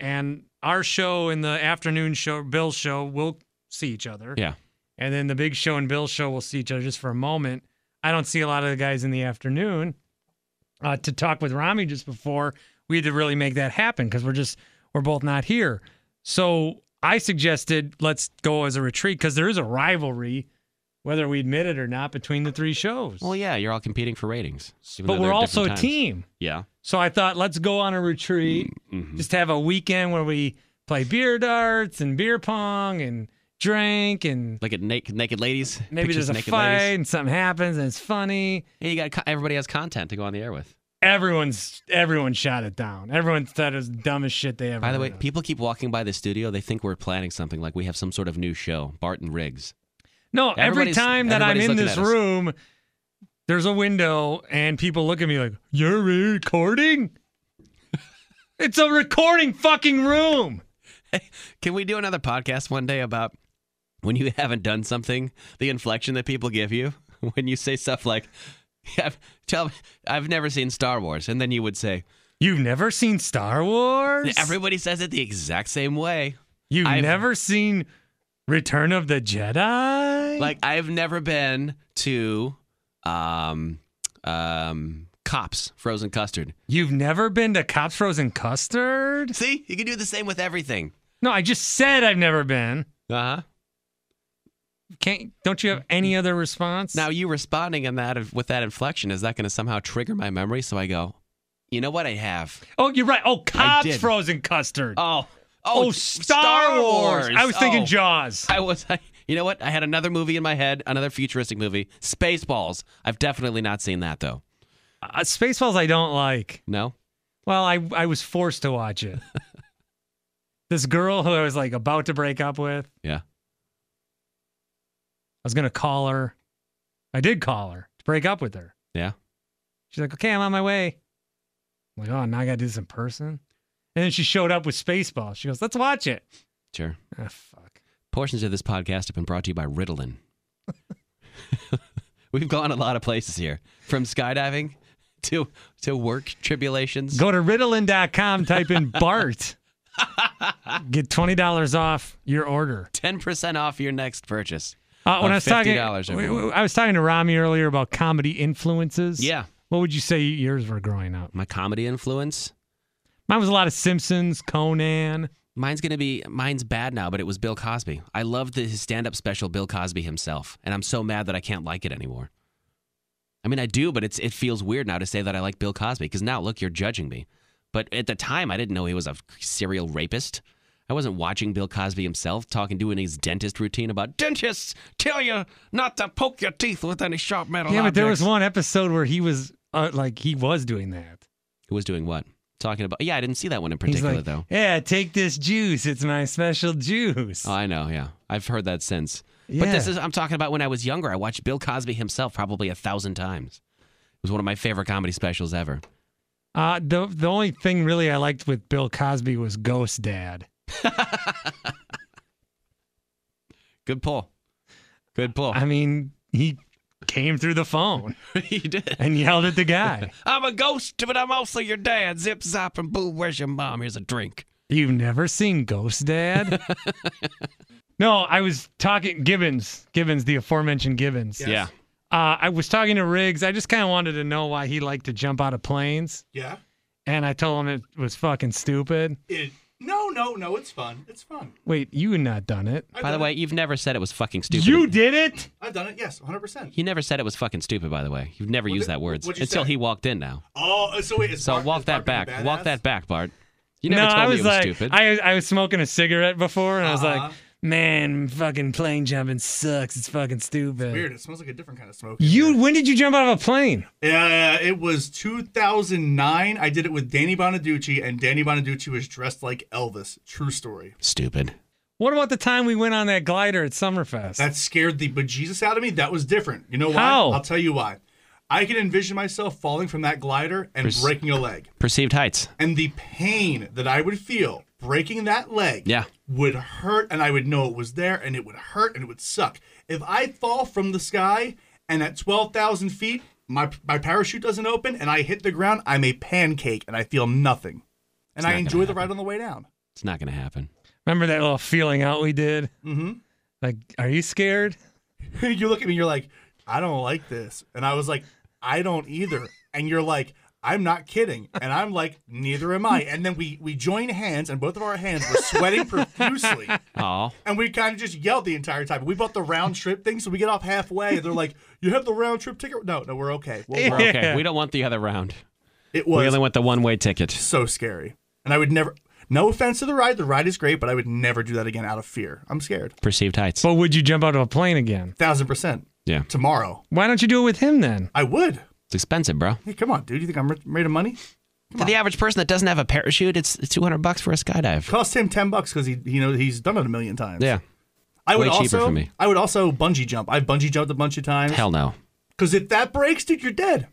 [SPEAKER 1] And our show in the afternoon show, Bill's show, we'll see each other.
[SPEAKER 2] Yeah.
[SPEAKER 1] And then the big show and Bill's show will see each other just for a moment. I don't see a lot of the guys in the afternoon. Uh, to talk with Rami just before we had to really make that happen because we're just we're both not here. So I suggested let's go as a retreat because there is a rivalry, whether we admit it or not, between the three shows.
[SPEAKER 2] Well, yeah, you're all competing for ratings. even
[SPEAKER 1] but
[SPEAKER 2] though
[SPEAKER 1] we're
[SPEAKER 2] they're
[SPEAKER 1] also a
[SPEAKER 2] different times.
[SPEAKER 1] team.
[SPEAKER 2] Yeah.
[SPEAKER 1] So I thought let's go on a retreat,
[SPEAKER 2] Mhm.
[SPEAKER 1] just have a weekend where we play beer darts and beer pong and drink and
[SPEAKER 2] Like at naked, naked ladies.
[SPEAKER 1] maybe there's
[SPEAKER 2] pictures of
[SPEAKER 1] a
[SPEAKER 2] naked
[SPEAKER 1] fight
[SPEAKER 2] Ladies.
[SPEAKER 1] and something happens and it's funny.
[SPEAKER 2] Yeah, you got co- everybody has content to go on the air with.
[SPEAKER 1] Everyone's everyone shot it down. Everyone thought it was the dumbest shit they ever.
[SPEAKER 2] By the
[SPEAKER 1] heard
[SPEAKER 2] way,
[SPEAKER 1] of.
[SPEAKER 2] people keep walking by the studio. They think we're planning something, like we have some sort of new show, Barton Riggs.
[SPEAKER 1] No, every
[SPEAKER 2] Everybody's-
[SPEAKER 1] time that I'm
[SPEAKER 2] everybody's
[SPEAKER 1] in
[SPEAKER 2] looking
[SPEAKER 1] this
[SPEAKER 2] at us.
[SPEAKER 1] room, there's a window and people look at me like, You're recording? it's a recording fucking room.
[SPEAKER 2] Can we do another podcast one day about when you haven't done something, the inflection that people give you when you say stuff like, "I've tell me, I've never seen Star Wars," and then you would say,
[SPEAKER 1] You've never seen Star Wars?
[SPEAKER 2] "Everybody says it the exact same way."
[SPEAKER 1] You've
[SPEAKER 2] I've-
[SPEAKER 1] never seen Return of the Jedi?
[SPEAKER 2] Like I've never been to, um, um, Cops Frozen Custard.
[SPEAKER 1] You've never been to Cops Frozen Custard?
[SPEAKER 2] See, you can do the same with everything.
[SPEAKER 1] No, I just said I've never been.
[SPEAKER 2] Uh huh.
[SPEAKER 1] Can't don't you have any other response?
[SPEAKER 2] Now you responding in that with that inflection is that going to somehow trigger my memory? So I go, you know what I have?
[SPEAKER 1] oh, you're right. Oh, Cops
[SPEAKER 2] did.
[SPEAKER 1] Frozen Custard.
[SPEAKER 2] Oh,
[SPEAKER 1] oh, Star Wars. I was thinking
[SPEAKER 2] Oh,
[SPEAKER 1] Jaws. Uh,
[SPEAKER 2] I was. you know what? I had another movie in my head, another futuristic movie, Spaceballs. I've definitely not seen that though.
[SPEAKER 1] Uh, Spaceballs, I don't like.
[SPEAKER 2] No.
[SPEAKER 1] Well, I I was forced to watch it. this girl who I was like about to break up with, I
[SPEAKER 2] Yeah.
[SPEAKER 1] was gonna call her. I did call her to break up with her.
[SPEAKER 2] Yeah.
[SPEAKER 1] She's like, "Okay, I'm on my way." I'm like, "Oh, now I gotta do this in person." And then she showed up with Spaceballs. She goes, "Let's watch it."
[SPEAKER 2] Sure.
[SPEAKER 1] Ah, fuck.
[SPEAKER 2] Portions of this podcast have been brought to you by Ritalin. We've gone a lot of places here, from skydiving to to work tribulations.
[SPEAKER 1] Go to Ritalin.com. Type in Bart. Get twenty dollars off your order.
[SPEAKER 2] Ten percent off your next purchase.
[SPEAKER 1] Uh, when
[SPEAKER 2] on
[SPEAKER 1] I was talking,
[SPEAKER 2] $50
[SPEAKER 1] we-
[SPEAKER 2] everyone.
[SPEAKER 1] we- I was talking to Rami earlier about comedy influences.
[SPEAKER 2] Yeah.
[SPEAKER 1] What would you say yours were growing up?
[SPEAKER 2] My comedy influence.
[SPEAKER 1] Mine was a lot of Simpsons, Conan.
[SPEAKER 2] Mine's gonna be mine's bad now, but it was Bill Cosby. I loved the, his stand-up special, Bill Cosby himself, and I'm so mad that I can't like it anymore. I mean, I do, but it's it feels weird now to say that I like Bill Cosby because now look, you're judging me. But at the time, I didn't know he was a serial rapist. I wasn't watching Bill Cosby himself talking, doing his dentist routine about dentists tell you not to poke your teeth with any sharp metal.
[SPEAKER 1] yeah, but there was
[SPEAKER 2] objects."
[SPEAKER 1] one episode where he was uh, like he was doing that.
[SPEAKER 2] Who was doing what? talking about. Yeah, I didn't see that one in
[SPEAKER 1] He's
[SPEAKER 2] particular
[SPEAKER 1] like,
[SPEAKER 2] though.
[SPEAKER 1] yeah, take this juice. It's my special juice.
[SPEAKER 2] Oh, I know. Yeah, I've heard that since. But this
[SPEAKER 1] Yeah.
[SPEAKER 2] is I'm talking about when I was younger. I watched Bill Cosby himself probably a thousand times. It was one of my favorite comedy specials ever.
[SPEAKER 1] Uh, the the only thing really I liked with Bill Cosby was Ghost Dad.
[SPEAKER 2] Good pull. Good pull.
[SPEAKER 1] I mean, he came through the phone
[SPEAKER 2] he did.
[SPEAKER 1] and yelled at the guy.
[SPEAKER 2] I'm a ghost, but I'm also your dad. Zip zop and boo. Where's your mom? Here's a drink.
[SPEAKER 1] You've never seen Ghost Dad? no, I was talking Gibbons, Gibbons, the aforementioned Gibbons.
[SPEAKER 2] Yeah.
[SPEAKER 1] Uh, I was talking to Riggs. I just kind of wanted to know why he liked to jump out of planes,
[SPEAKER 4] Yeah.
[SPEAKER 1] and I told him it was fucking stupid.
[SPEAKER 4] It. No, no, no. It's fun. It's fun.
[SPEAKER 1] Wait, you had not done it?
[SPEAKER 4] I've
[SPEAKER 2] By the
[SPEAKER 4] done
[SPEAKER 2] way,
[SPEAKER 4] it.
[SPEAKER 2] you've never said it was fucking stupid.
[SPEAKER 1] You did it?
[SPEAKER 4] I've done it. Yes, 100. percent
[SPEAKER 2] You never said it was fucking stupid. By the way, you've never used
[SPEAKER 4] did-
[SPEAKER 2] that word
[SPEAKER 4] what'd you
[SPEAKER 2] until
[SPEAKER 4] say?
[SPEAKER 2] he walked in. Now,
[SPEAKER 4] Oh, uh, so wait. Is
[SPEAKER 2] so
[SPEAKER 4] Bart-
[SPEAKER 2] walk
[SPEAKER 4] is
[SPEAKER 2] that
[SPEAKER 4] Bart being a
[SPEAKER 2] back. Walk
[SPEAKER 4] badass?
[SPEAKER 2] that back, Bart. You never
[SPEAKER 1] no,
[SPEAKER 2] told
[SPEAKER 1] I was
[SPEAKER 2] me it was
[SPEAKER 1] like,
[SPEAKER 2] stupid.
[SPEAKER 1] I I was smoking a cigarette before, and I was
[SPEAKER 4] Uh-huh.
[SPEAKER 1] like, man, fucking plane jumping sucks. It's fucking stupid.
[SPEAKER 4] Weird. It smells like a different kind of smoke. in
[SPEAKER 1] You?
[SPEAKER 4] here.
[SPEAKER 1] When did you jump out of a plane?
[SPEAKER 4] Yeah, it was 2009. I did it with Danny Bonaducci, and Danny Bonaducci was dressed like Elvis. True story.
[SPEAKER 2] Stupid.
[SPEAKER 1] What about the time we went on that glider at Summerfest?
[SPEAKER 4] That scared the bejesus out of me. That was different. You know why?
[SPEAKER 1] How?
[SPEAKER 4] I'll tell you why. I can envision myself falling from that glider and
[SPEAKER 2] Pers-
[SPEAKER 4] breaking a leg.
[SPEAKER 2] Perceived heights.
[SPEAKER 4] And the pain that I would feel breaking that leg
[SPEAKER 2] Yeah.
[SPEAKER 4] would hurt, and I would know it was there, and it would hurt, and it would suck. If I fall from the sky and at 12,000 feet, my, my parachute doesn't open, and I hit the ground, I'm a pancake, and I feel nothing. And I
[SPEAKER 2] not
[SPEAKER 4] enjoy
[SPEAKER 2] gonna
[SPEAKER 4] the ride on the way down.
[SPEAKER 2] It's not gonna happen.
[SPEAKER 1] Remember that little feeling out we did?
[SPEAKER 4] Mm-hmm.
[SPEAKER 1] Like, are you scared?
[SPEAKER 4] you look at me, you're like, I don't like this. And I was like, I don't either. And you're like, I'm not kidding. And I'm like, neither am I. And then we we joined hands and both of our hands were sweating profusely.
[SPEAKER 2] Oh,
[SPEAKER 4] And we kind of just yelled the entire time. We bought the round trip thing, so we get off halfway and they're like, You have the round trip ticket? No, no, we're okay. Well,
[SPEAKER 2] we're okay. We don't want the other round.
[SPEAKER 4] it
[SPEAKER 2] We
[SPEAKER 4] was
[SPEAKER 2] only want the one-way ticket.
[SPEAKER 4] so scary. And I would never no offense to the ride, the ride is great, but I would never do that again out of fear. I'm scared.
[SPEAKER 2] Perceived heights.
[SPEAKER 1] But would you jump out of a plane again?
[SPEAKER 4] Thousand percent.
[SPEAKER 2] Yeah.
[SPEAKER 4] Tomorrow.
[SPEAKER 1] Why don't you do it with him then?
[SPEAKER 4] I would.
[SPEAKER 2] It's expensive, bro.
[SPEAKER 4] Hey, come on, dude. You think I'm made of money?
[SPEAKER 2] To the average person that doesn't have a parachute, it's 200 bucks for a skydive.
[SPEAKER 4] cost him ten bucks because he you know he's done it a million times.
[SPEAKER 2] Yeah.
[SPEAKER 4] I would
[SPEAKER 2] way cheaper
[SPEAKER 4] also
[SPEAKER 2] for me.
[SPEAKER 4] I would also bungee jump. I've bungee jumped a bunch of times.
[SPEAKER 2] Hell no.
[SPEAKER 4] because if that breaks, dude, you're dead.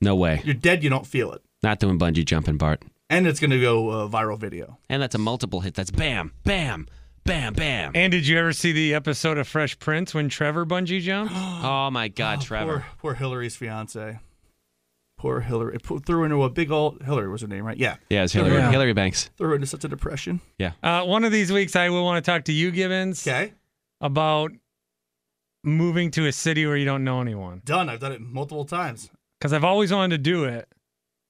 [SPEAKER 2] No way.
[SPEAKER 4] You're dead. You don't feel it,
[SPEAKER 2] Not doing bungee jumping, Bart.
[SPEAKER 4] and it's gonna go uh, viral video.
[SPEAKER 2] And that's a multiple hit. That's bam, bam, bam, bam.
[SPEAKER 1] And did you ever see the episode of Fresh Prince when Trevor bungee jumped?
[SPEAKER 2] Oh my God, Trevor.
[SPEAKER 4] Poor, poor Hillary's fiance. Poor Hillary. It put- threw her into a big old Hillary was her name, right? Yeah.
[SPEAKER 2] Yeah, it's Hillary.
[SPEAKER 1] Yeah.
[SPEAKER 2] Hillary Banks.
[SPEAKER 4] Threw her into such a depression.
[SPEAKER 1] Uh, one of these weeks, I will want to talk to you, Gibbons,
[SPEAKER 4] Okay.
[SPEAKER 1] about moving to a city where you don't know anyone.
[SPEAKER 4] Done. I've done it multiple times.
[SPEAKER 1] Because I've always wanted to do it.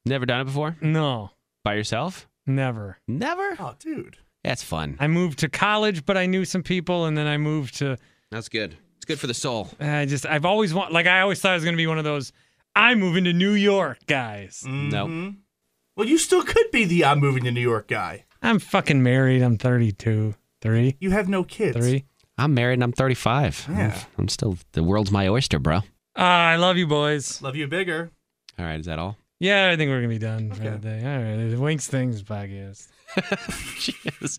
[SPEAKER 2] Never done it before?
[SPEAKER 1] No,
[SPEAKER 2] By yourself?
[SPEAKER 1] never.
[SPEAKER 2] Never?
[SPEAKER 4] Oh, dude.
[SPEAKER 2] That's fun.
[SPEAKER 1] I moved to college, but I knew some people, and then I moved to.
[SPEAKER 2] That's good. It's good for the soul.
[SPEAKER 1] I just, I've always want, like, I always thought I was going to be one of those. I'm moving to New York, guys.
[SPEAKER 2] No.
[SPEAKER 4] Mhm. Well, you still could be the I'm moving to New York guy.
[SPEAKER 1] I'm fucking married. I'm 32, three,
[SPEAKER 4] You have no kids.
[SPEAKER 1] three.
[SPEAKER 2] I'm married and I'm 35. I'm-
[SPEAKER 4] Yeah.
[SPEAKER 2] I'm still, the world's my oyster, bro. All
[SPEAKER 1] Uh, I love you, boys.
[SPEAKER 4] Love you bigger.
[SPEAKER 2] right, is that all?
[SPEAKER 1] Yeah, I think we're gonna be done for
[SPEAKER 4] Okay.
[SPEAKER 1] the day. All right, the Winks Things podcast.
[SPEAKER 2] Cheers.